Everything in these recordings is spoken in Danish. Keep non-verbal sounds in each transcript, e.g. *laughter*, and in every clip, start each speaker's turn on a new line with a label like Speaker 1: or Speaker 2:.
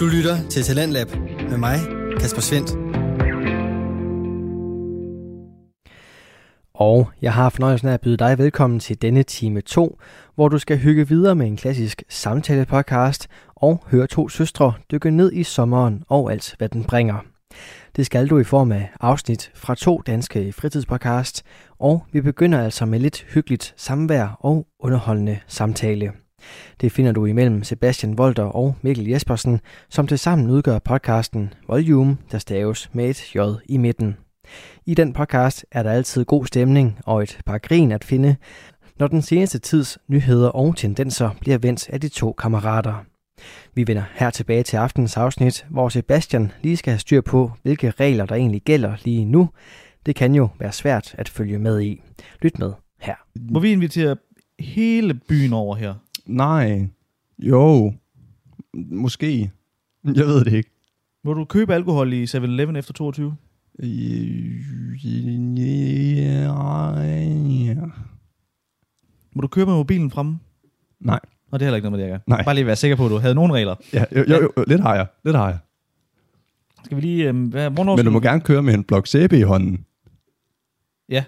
Speaker 1: Du lytter til Talentlab med mig, Kasper Svendt.
Speaker 2: Og jeg har fornøjelsen af at byde dig velkommen til denne time 2, hvor du skal hygge videre med en klassisk samtale-podcast og høre to søstre dykke ned i sommeren og alt, hvad den bringer. Det skal du i form af afsnit fra to danske fritidspodcast, og vi begynder altså med lidt hyggeligt samvær og underholdende samtale. Det finder du imellem Sebastian Volter og Mikkel Jespersen, som tilsammen udgør podcasten Volume, der staves med et J i midten. I den podcast er der altid god stemning og et par grin at finde, når den seneste tids nyheder og tendenser bliver vendt af de to kammerater. Vi vender her tilbage til aftens afsnit, hvor Sebastian lige skal have styr på, hvilke regler der egentlig gælder lige nu. Det kan jo være svært at følge med i. Lyt med her.
Speaker 3: Må vi invitere hele byen over her?
Speaker 4: Nej. Jo. Måske. Jeg ved det ikke.
Speaker 3: Må du købe alkohol i 7-Eleven efter 22?
Speaker 4: Ja.
Speaker 3: Må du købe med mobilen fremme?
Speaker 4: Nej.
Speaker 3: Og det er heller ikke noget med det, jeg gør.
Speaker 4: Nej.
Speaker 3: Bare lige være sikker på, at du havde nogle regler.
Speaker 4: Ja, jo, jo, jo, lidt har jeg. Lidt har jeg.
Speaker 3: Skal vi lige... Øh, hvad, hvornår
Speaker 4: Men du
Speaker 3: skal
Speaker 4: må gerne køre med en blok sæbe i hånden.
Speaker 3: Ja,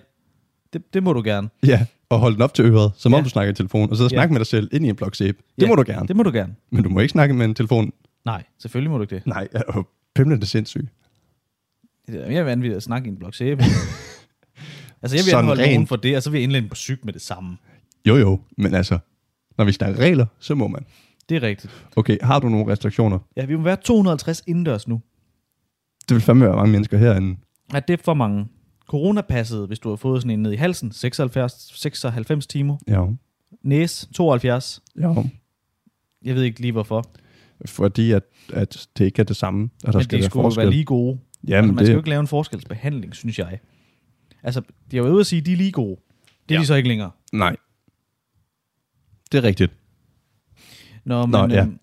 Speaker 3: det, det må du gerne.
Speaker 4: Ja. Og holde den op til øret, som om
Speaker 3: Ja.
Speaker 4: du snakker i telefon. Og sidde og
Speaker 3: Ja.
Speaker 4: snakke med dig selv ind i en blok sæbe. Det
Speaker 3: Ja,
Speaker 4: må du gerne.
Speaker 3: Det må du gerne.
Speaker 4: Men du må ikke snakke med en telefon.
Speaker 3: Nej, selvfølgelig må du ikke det.
Speaker 4: Nej, jeg er jo pimlende sindssyg.
Speaker 3: Det er mere vanvittigt at snakke i en blok
Speaker 4: *laughs*
Speaker 3: sæbe. altså, jeg vil
Speaker 4: Sådan
Speaker 3: anholde nogen
Speaker 4: rent.
Speaker 3: for det, og så vil jeg indlænde på syg med det samme.
Speaker 4: Jo jo, men altså, når vi snakker regler, så må man.
Speaker 3: Det er rigtigt.
Speaker 4: Okay, har du nogle restriktioner?
Speaker 3: Ja, vi må være 250 indendørs nu.
Speaker 4: Det vil fandme være mange mennesker herinde.
Speaker 3: Ja, det er for mange. Coronapasset, hvis du har fået sådan en ned i halsen, 76, 96 timer.
Speaker 4: Ja.
Speaker 3: Næs, 72.
Speaker 4: Ja.
Speaker 3: Jeg ved ikke lige hvorfor.
Speaker 4: fordi at, at det ikke er det samme, og der
Speaker 3: men
Speaker 4: skal
Speaker 3: de
Speaker 4: være
Speaker 3: skulle jo være
Speaker 4: forskel.
Speaker 3: lige gode.
Speaker 4: Jamen,
Speaker 3: altså, man skal
Speaker 4: det-
Speaker 3: jo ikke lave en forskelsbehandling, synes jeg. Altså, de er jo ude at sige, at de er lige gode. Det er ja. de så ikke længere.
Speaker 4: Nej. Det er rigtigt.
Speaker 3: Nå, men,
Speaker 4: Nå, ja.
Speaker 3: øhm,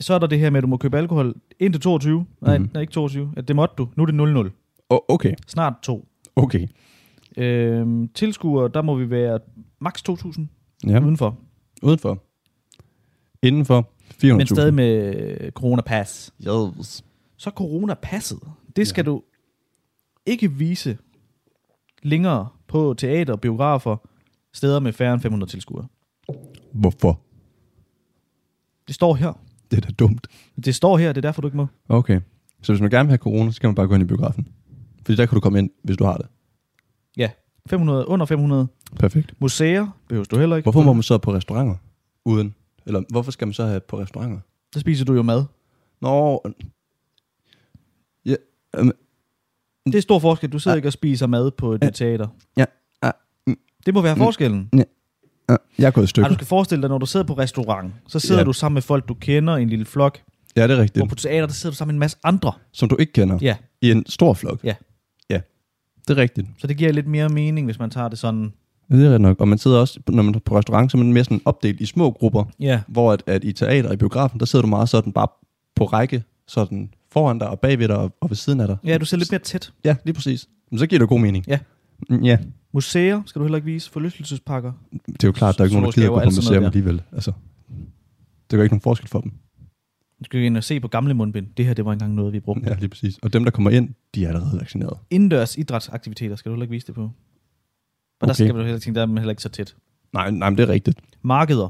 Speaker 3: så er der det her med, at du må købe alkohol indtil 22. Nej,
Speaker 4: Mhm.
Speaker 3: mm-hmm. nej ikke 22. Ja, det måtte du. Nu er det 00.
Speaker 4: O- okay,
Speaker 3: Snart 2.
Speaker 4: okay.
Speaker 3: Øhm, tilskuer, der må vi være maks 2.000
Speaker 4: Ja.
Speaker 3: udenfor.
Speaker 4: Udenfor. Indenfor. 400.000.
Speaker 3: Men stadig med øh, coronapas.
Speaker 4: Yes.
Speaker 3: så coronapasset, det skal ja. du ikke vise længere på teater, biografer, steder med færre end 500 tilskuere.
Speaker 4: Hvorfor?
Speaker 3: Det står her.
Speaker 4: Det er da dumt.
Speaker 3: Det står her, det er derfor, du ikke må.
Speaker 4: Okay. Så hvis man gerne vil have corona, så skal man bare gå ind i biografen. Fordi der kan du komme ind, hvis du har det.
Speaker 3: Ja, 500, under 500.
Speaker 4: Perfekt.
Speaker 3: Museer behøver du heller ikke. Mm.
Speaker 4: Hvorfor må man så på restauranter uden? Eller hvorfor skal man så have på restauranter?
Speaker 3: Der spiser du jo mad.
Speaker 4: Nå, ja, øhm,
Speaker 3: Det er stor forskel. Du sidder ikke og spiser mad på et teater.
Speaker 4: ja, ja, mm,
Speaker 3: Det må være forskellen.
Speaker 4: ja, jeg er gået i stykker.
Speaker 3: Ej, du skal forestille dig, når du sidder på restaurant, så sidder
Speaker 4: Ja.
Speaker 3: du sammen med folk, du kender i en lille flok.
Speaker 4: Ja, det er rigtigt.
Speaker 3: Hvor på teater, der sidder du sammen med en masse andre.
Speaker 4: Som du ikke kender.
Speaker 3: Ja,
Speaker 4: I en stor flok?
Speaker 3: Ja.
Speaker 4: Ja, det er rigtigt.
Speaker 3: så det giver lidt mere mening, hvis man tager det sådan.
Speaker 4: Det er rigtigt nok. Og man sidder også, når man er på restaurant, så er man mere sådan opdelt i små grupper,
Speaker 3: Ja,
Speaker 4: hvor at, at i teater og i biografen, der sidder du meget sådan bare på række, sådan foran dig og bagved dig og, og ved siden af dig.
Speaker 3: ja du sidder lidt mere tæt.
Speaker 4: Ja, lige præcis. Men så giver det jo god mening.
Speaker 3: Ja.
Speaker 4: Mm, Ja,
Speaker 3: Museer skal du heller ikke vise. Forlystelsespakker.
Speaker 4: det er jo klart, at der er ikke nogen, der
Speaker 3: Zoologiske
Speaker 4: gider gå
Speaker 3: haver,
Speaker 4: på
Speaker 3: alt sådan noget
Speaker 4: museum
Speaker 3: der.
Speaker 4: alligevel. Altså, det gør ikke nogen forskel for dem.
Speaker 3: Du skal ind og se på gamle mundbind. Det her, det var engang noget, vi brugte. Ja.
Speaker 4: Ja, lige præcis. Og dem, der kommer ind, de er allerede vaccineret.
Speaker 3: Indendørs idrætsaktiviteter skal du heller ikke vise det på. Og okay. der
Speaker 4: Okay.
Speaker 3: skal du heller ikke tænke, der er man heller ikke så tæt.
Speaker 4: Nej, nej, men det er rigtigt.
Speaker 3: Markeder,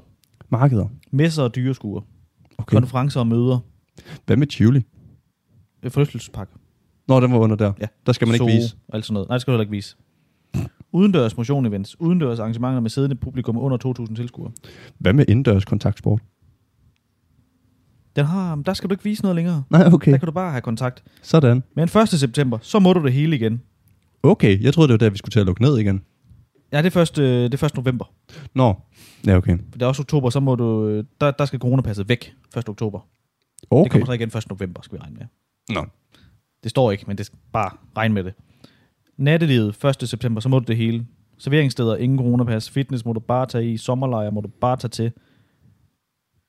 Speaker 4: Markeder.
Speaker 3: messer og dyreskuer, okay.
Speaker 4: Okay.
Speaker 3: konferencer og møder,
Speaker 4: Hvad med Tivoli?
Speaker 3: øh, forlystelsespakker.
Speaker 4: Nå, den var under der.
Speaker 3: Ja.
Speaker 4: Der skal man ikke
Speaker 3: Zoo
Speaker 4: vise.
Speaker 3: og alt sådan noget. Nej, det skal du heller ikke vise. Udendørs motion-events, udendørs arrangementer med siddende publikum under 2.000 tilskuere.
Speaker 4: Hvad med indendørs kontaktsport?
Speaker 3: Den har, der skal du ikke vise noget længere.
Speaker 4: Nej, okay.
Speaker 3: Der kan du bare have kontakt.
Speaker 4: Sådan.
Speaker 3: Men 1. september, så må du det hele igen.
Speaker 4: Okay, jeg troede, det var der, vi skulle til at lukke ned igen.
Speaker 3: Ja, det er først, øh, det er først november.
Speaker 4: Nå, ja, okay.
Speaker 3: Det er også oktober, så må du, øh, der, der skal coronapasset væk 1. oktober. Okay. Det
Speaker 4: Okay.
Speaker 3: kommer så igen 1. november, skal vi regne med.
Speaker 4: Nå.
Speaker 3: Det står ikke, men det skal bare regne med det. Nattelivet 1. september, så må du det hele. Serveringssteder, ingen coronapas. Fitness må du bare tage i. Sommerlejre må du bare tage til.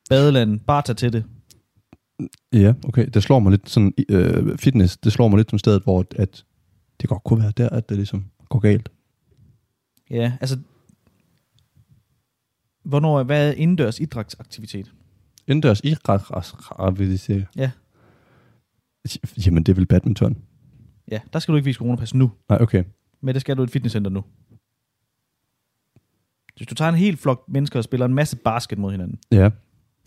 Speaker 3: Badeland, bare tage til det.
Speaker 4: Ja, okay. Det slår mig lidt sådan, øh, fitness, det slår mig lidt som stedet, hvor at- at det godt kunne være der, at det ligesom går galt.
Speaker 3: Ja, altså... Hvornår, hvad er indendørs idrætsaktivitet?
Speaker 4: Indendørs irrationalitet.
Speaker 3: Ja,
Speaker 4: Jamen, det er vel badminton.
Speaker 3: Ja, der skal du ikke vise coronapas nu,
Speaker 4: Nej, okay.
Speaker 3: men det skal du i et fitnesscenter nu. Hvis du tager en hel flok mennesker og spiller en masse basket mod hinanden.
Speaker 4: Ja.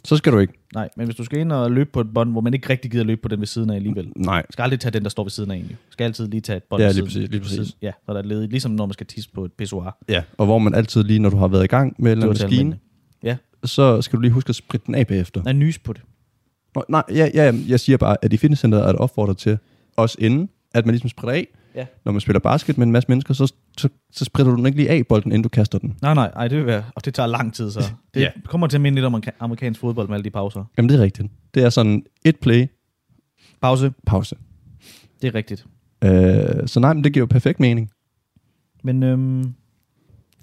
Speaker 4: Så skal du ikke.
Speaker 3: Nej, men hvis du skal ind og løbe på et bånd, hvor man ikke rigtig gider løbe på den ved siden af alligevel.
Speaker 4: Nej.
Speaker 3: skal aldrig tage den, der står ved siden af egentlig. skal altid lige tage et bånd
Speaker 4: Ja,
Speaker 3: ved
Speaker 4: lige
Speaker 3: siden-
Speaker 4: præcis, lige
Speaker 3: ved siden.
Speaker 4: præcis.
Speaker 3: Ja, så der er ledigt. Ligesom når man skal tisse på et pissoir.
Speaker 4: Ja. Og hvor man altid lige, når du har været i gang med en eller
Speaker 3: var
Speaker 4: anden
Speaker 3: til
Speaker 4: maskine,
Speaker 3: almindelig. Ja.
Speaker 4: så skal du lige huske at spritte den af bagefter.
Speaker 3: Der er nys på det.
Speaker 4: Nå, nej, ja, ja, jeg siger bare, at i fitnesscenteret er det opfordret til, også inden, at man ligesom spritter af.
Speaker 3: Ja.
Speaker 4: Når man spiller basket med en masse mennesker, så, så, så spritter du den ikke lige af bolden, inden du kaster den.
Speaker 3: Nej, nej, ej, det vil være, og det tager lang
Speaker 4: *laughs*
Speaker 3: tid så. Det
Speaker 4: Ja.
Speaker 3: kommer til at minde lidt om amerika- amerikansk fodbold med alle de pauser.
Speaker 4: Jamen, det er rigtigt. Det er sådan et play,
Speaker 3: Pause,
Speaker 4: pause.
Speaker 3: det er rigtigt.
Speaker 4: Øh, så nej, men det giver jo perfekt mening.
Speaker 3: Men øhm,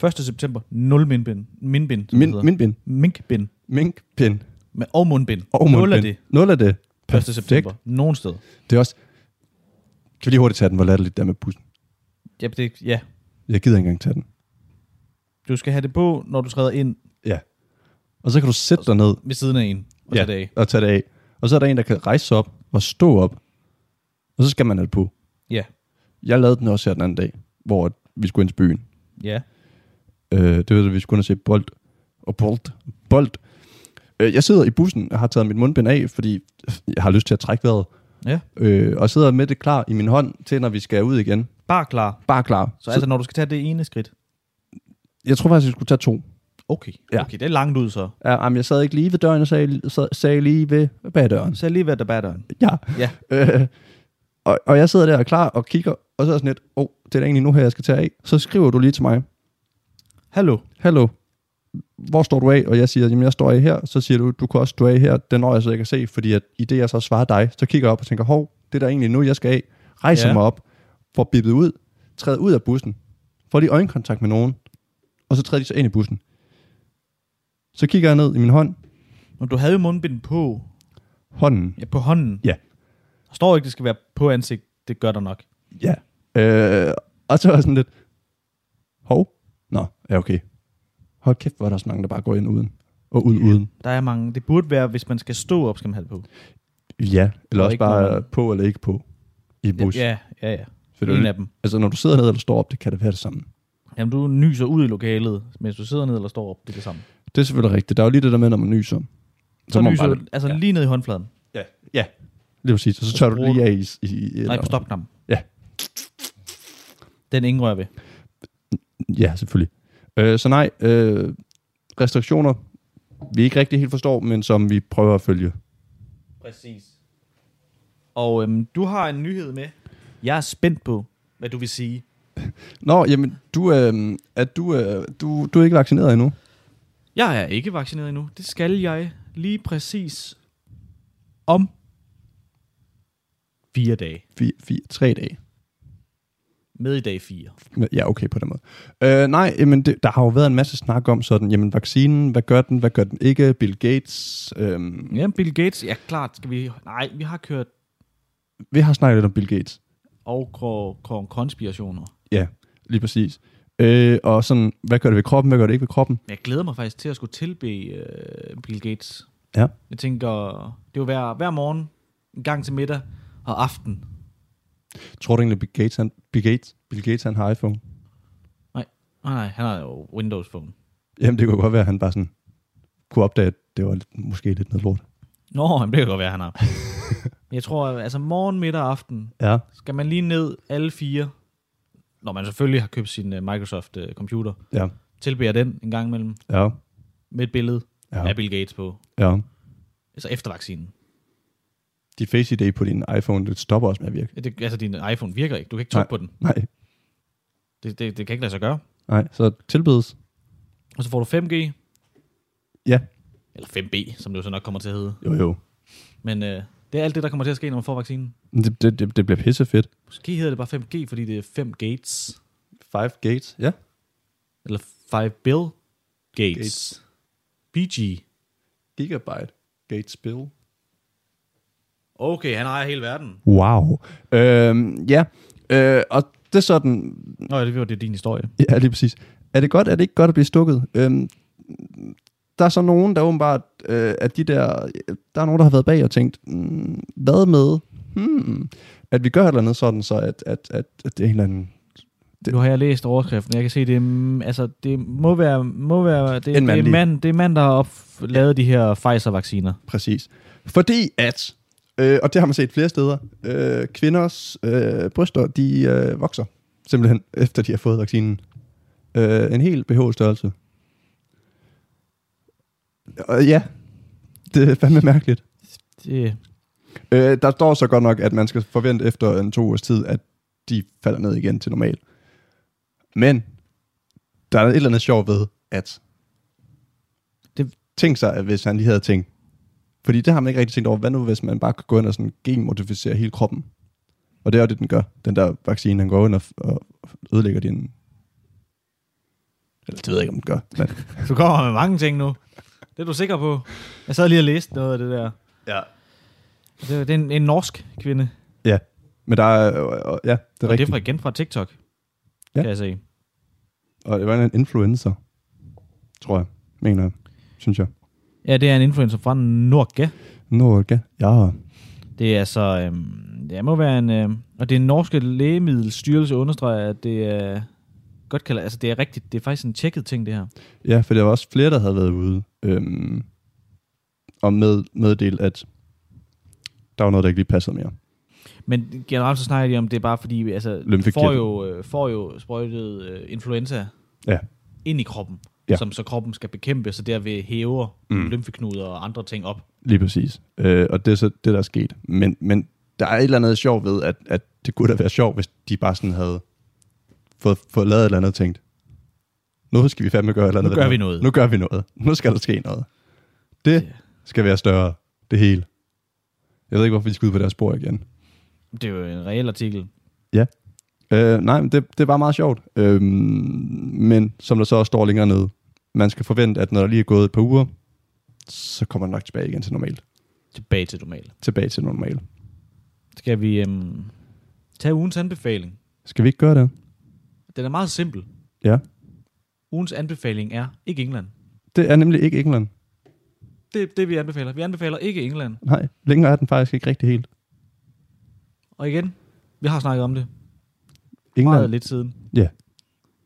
Speaker 3: 1. september, 0 mindbind. Mindbind, som det
Speaker 4: Min,
Speaker 3: hedder.
Speaker 4: mindbind,
Speaker 3: Minkbind.
Speaker 4: minkpind
Speaker 3: Med, og mundbind.
Speaker 4: og
Speaker 3: Nul af
Speaker 4: mundbind.
Speaker 3: det, 1.
Speaker 4: Nul af det. Perfekt.
Speaker 3: september. Nogen steder.
Speaker 4: Det er også... Kan vi lige hurtigt tage den, hvor latterligt der med bussen?
Speaker 3: Ja, det, ja,
Speaker 4: Jeg gider ikke engang tage den.
Speaker 3: du skal have det på, når du træder ind
Speaker 4: Og så kan du sætte dig ned
Speaker 3: ved siden af en. Og ja. det af.
Speaker 4: og tage det af. Og så er der en, der kan rejse sig op og stå op. Og så skal man have det på.
Speaker 3: Ja.
Speaker 4: Jeg lavede den også her den anden dag, hvor vi skulle ind til byen.
Speaker 3: Ja.
Speaker 4: Øh, det var, at vi skulle ind og se bold. Og bold. Bold. Øh, jeg sidder i bussen og har taget mit mundbind af, fordi jeg har lyst til at trække vejret.
Speaker 3: Ja.
Speaker 4: Øh, og sidder med det klar i min hånd til, når vi skal ud igen.
Speaker 3: Bare klar.
Speaker 4: Bare klar.
Speaker 3: Så, så altså, når du skal tage det ene skridt.
Speaker 4: jeg tror faktisk, jeg skulle tage to.
Speaker 3: Okay,
Speaker 4: Ja.
Speaker 3: okay, det er langt ud så.
Speaker 4: Ja, jamen, jeg sad ikke lige ved døren, jeg sagde, sad- sagde lige ved bagdøren.
Speaker 3: Så lige ved der batteren.
Speaker 4: *laughs* Ja.
Speaker 3: Ja.
Speaker 4: Øh, og, og jeg sidder der og er klar og kigger, og så er jeg sådan lidt, åh, oh, det er da egentlig nu her, jeg skal tage af. Så skriver du lige til mig,
Speaker 3: Hallo.
Speaker 4: hallo, hvor står du af? Og jeg siger, jamen jeg står af her. Så siger du, du kan også stå af her. Den når jeg så, jeg kan se, fordi at i det, jeg så svarer dig, så kigger jeg op og tænker, hov, det er da egentlig nu, jeg skal af. Rejser
Speaker 3: Ja.
Speaker 4: mig op, får bippet ud, træder ud af bussen, får lige øjenkontakt med nogen, og så træder de så ind i bussen. Så kigger jeg ned i min hånd,
Speaker 3: Men du havde jo mundbind på,
Speaker 4: hånden,
Speaker 3: ja, på hånden.
Speaker 4: Ja.
Speaker 3: Der står ikke, det skal være på ansigt. Det gør der nok.
Speaker 4: Ja. Øh, og så var jeg sådan lidt, hov, nå, ja okay. Hold kæft, hvor er der også mange, der bare går ind uden. Og ud uden.
Speaker 3: Der er mange. Det burde være, hvis man skal stå op, skal man have det på.
Speaker 4: Ja, eller
Speaker 3: Og
Speaker 4: også
Speaker 3: ikke, når
Speaker 4: bare
Speaker 3: man-
Speaker 4: på eller ikke på i bus.
Speaker 3: Ja, ja, ja.
Speaker 4: For det er
Speaker 3: en
Speaker 4: jo-
Speaker 3: af dem.
Speaker 4: Altså, når du sidder ned eller står op, det kan det være det samme.
Speaker 3: Jamen, du nyser ud i lokalet, mens du sidder ned eller står op. Det er det samme.
Speaker 4: Det er selvfølgelig rigtigt. Der er jo lige det der med, når man nyser.
Speaker 3: Så, så
Speaker 4: må man
Speaker 3: nyser
Speaker 4: bare-
Speaker 3: du, altså lige ned i håndfladen.
Speaker 4: Ja, ja. Lige præcis. Og så tør du
Speaker 3: spruger
Speaker 4: lige af i... i, i
Speaker 3: Nej, på stopknappen.
Speaker 4: Ja.
Speaker 3: Den ingen rører ved.
Speaker 4: Ja, selvfølgelig. Øh, så nej, øh, restriktioner, vi ikke rigtig helt forstår, men som vi prøver at følge.
Speaker 3: Præcis. Og øhm, du har en nyhed med. Jeg er spændt på, hvad du vil sige.
Speaker 4: Nå, jamen, du, øh, at du, øh, du, du er ikke vaccineret endnu.
Speaker 3: Jeg er ikke vaccineret endnu. Det skal jeg lige præcis om fire dage.
Speaker 4: Fire, fire, tre dage.
Speaker 3: Med i dag fire.
Speaker 4: Ja, okay på den måde. Øh, nej, jamen, det, der har jo været en masse snak om sådan, jamen, vaccinen, hvad gør den, hvad gør den ikke? Bill Gates. Øh,
Speaker 3: Ja, Bill Gates. Ja, klart skal vi... Nej, vi har kørt
Speaker 4: vi har snakket lidt om Bill Gates.
Speaker 3: og kro- kro- konspirationer.
Speaker 4: Ja, lige præcis. Øh, og sådan, hvad gør det ved kroppen, hvad gør det ikke ved kroppen?
Speaker 3: Men Jeg glæder mig faktisk til at skulle tilbe øh, Bill Gates.
Speaker 4: Ja.
Speaker 3: Jeg tænker, det er jo hver, hver morgen, en gang til middag og aften.
Speaker 4: Tror du egentlig, Bill Gates, han, Bill Gates, Bill Gates han har iPhone?
Speaker 3: Nej, nej, han har jo Windows Phone.
Speaker 4: Jamen, det kunne godt være, at han bare sådan kunne opdage, at det var lidt, måske lidt noget lort.
Speaker 3: Nå, *laughs* jamen, det kan godt være, han har. Men Jeg tror, altså morgen, middag og aften,
Speaker 4: Ja.
Speaker 3: Skal man lige ned alle fire, når man selvfølgelig har købt sin uh, Microsoft-computer,
Speaker 4: Ja.
Speaker 3: tilbærer den en gang imellem
Speaker 4: Ja.
Speaker 3: med et billede ja. af
Speaker 4: Ja.
Speaker 3: Bill Gates på,
Speaker 4: ja.
Speaker 3: altså efter vaccinen.
Speaker 4: Dit Face ID på din iPhone, det stopper også med at virke.
Speaker 3: Ja, Det, altså din iPhone virker ikke, du kan ikke trykke på den.
Speaker 4: Nej,
Speaker 3: Det, det, det kan ikke lade sig gøre.
Speaker 4: nej. Så tilbydes.
Speaker 3: Og så får du 5G.
Speaker 4: Ja.
Speaker 3: Eller 5B, som det jo så nok kommer til at hedde.
Speaker 4: Jo, jo.
Speaker 3: Men uh, det er alt det, der kommer til at ske, når man får vaccinen.
Speaker 4: Det, det, det, det bliver pissefedt.
Speaker 3: Måske hedder det bare 5G, fordi det er 5 Gates.
Speaker 4: Five Gates, ja.
Speaker 3: Eller 5 Bill Gates.
Speaker 4: Gates.
Speaker 3: Gates. BG.
Speaker 4: Gigabyte Gates Bill.
Speaker 3: Okay, han ejer hele verden.
Speaker 4: Wow. Øhm, ja, øh, og det er sådan,
Speaker 3: Nå ja, det var det er din historie.
Speaker 4: ja lige præcis. Er det godt, er det ikke godt at blive stukket? Øhm, der er så nogen, der åbenbart, øh, at de der, der er nogen, der har været bag og tænkt, mm, "Hmm, hvad med, hmm, at vi gør et eller andet sådan, så at, at, at, at det er en eller anden...
Speaker 3: Det. Nu har jeg læst overskriften. Jeg kan se, det, er, mm, altså, det må være, må være det,
Speaker 4: En
Speaker 3: det, er
Speaker 4: mandlig.
Speaker 3: mand, det er mand, der har op, lavet de her Pfizer-vacciner.
Speaker 4: Præcis. Fordi at, øh, og det har man set flere steder, øh, kvinders øh, bryster, de øh, vokser simpelthen, efter de har fået vaccinen. Øh, en helt behøvet størrelse. Og ja, det er fandme mærkeligt.
Speaker 3: Det,
Speaker 4: Øh, der står så godt nok, at man skal forvente efter en to ugers tid, at de falder ned igen til normal. Men der er et eller andet sjovt ved, at
Speaker 3: Det-
Speaker 4: det... tænk sig, at hvis han lige havde tænkt, fordi det har man ikke rigtig tænkt over, hvad nu hvis man bare kan gå ind og sådan genmodificere hele kroppen? Og det er jo det, den gør. Den der vaccine, den går ind og, og ødelægger din... Eller det ved jeg ikke, om den gør. Men...
Speaker 3: du kommer med mange ting nu. Det er du sikker på. Jeg sad lige og læste noget af det der.
Speaker 4: Ja.
Speaker 3: Det, det er en, en norsk kvinde.
Speaker 4: Ja. Men der er... øh, øh, Ja, det er
Speaker 3: og det
Speaker 4: rigtigt.
Speaker 3: er fra, igen fra TikTok, ja.
Speaker 4: Ja.
Speaker 3: kan jeg se.
Speaker 4: Og det var en influencer, tror jeg, mener jeg, synes jeg.
Speaker 3: Ja, det er en influencer fra Norge.
Speaker 4: Norge, ja.
Speaker 3: Det er altså, øhm, det må være en, øhm, og det er en norske lægemiddelstyrelse understreger, at det er, godt kalder, altså det er rigtigt, det er faktisk en tjekket ting det her.
Speaker 4: Ja, for der var også flere, der havde været ude øhm, og med, meddelt, at der var noget, der ikke lige passede mere.
Speaker 3: Men generelt så snakker de om, det er bare fordi, altså, du
Speaker 4: Lymfekirtel.
Speaker 3: får jo, øh, får jo sprøjtet øh, influenza
Speaker 4: Ja.
Speaker 3: ind i kroppen, ja.
Speaker 4: Ja.
Speaker 3: som så kroppen skal bekæmpe, så derved hæver mm.
Speaker 4: Mm.
Speaker 3: lymfeknuder og andre ting op.
Speaker 4: Lige præcis. Øh, og det er så det, der er sket. Men, men der er et eller andet sjovt ved, at, at det kunne da være sjovt, hvis de bare sådan havde fået, fået lavet et eller andet og tænkt. Nu skal vi fandme gøre et eller andet.
Speaker 3: Nu
Speaker 4: ved det
Speaker 3: gør vi
Speaker 4: her.
Speaker 3: noget."
Speaker 4: Nu gør vi noget. Nu skal der ske noget. Det
Speaker 3: Ja.
Speaker 4: skal være større. Det hele. Jeg ved ikke, hvorfor vi skal ud på deres spor igen.
Speaker 3: Det er jo en reel artikel.
Speaker 4: Øh, nej, men det, det var meget sjovt. Øh, men som der så også står længere nede, man skal forvente, at når der lige er gået et par uger, så kommer den nok tilbage igen til normalt.
Speaker 3: Tilbage til normalt.
Speaker 4: Tilbage til normalt.
Speaker 3: Skal vi øhm, tage ugens anbefaling?
Speaker 4: Skal vi ikke gøre det?
Speaker 3: Den er meget simpel.
Speaker 4: Ja.
Speaker 3: Ugens anbefaling er ikke England.
Speaker 4: Det er nemlig ikke England.
Speaker 3: Det er det, vi anbefaler. Vi anbefaler ikke England.
Speaker 4: Nej, længere er den faktisk ikke rigtig helt.
Speaker 3: Og igen, vi har snakket om det England. meget
Speaker 4: England,
Speaker 3: lidt siden.
Speaker 4: Ja.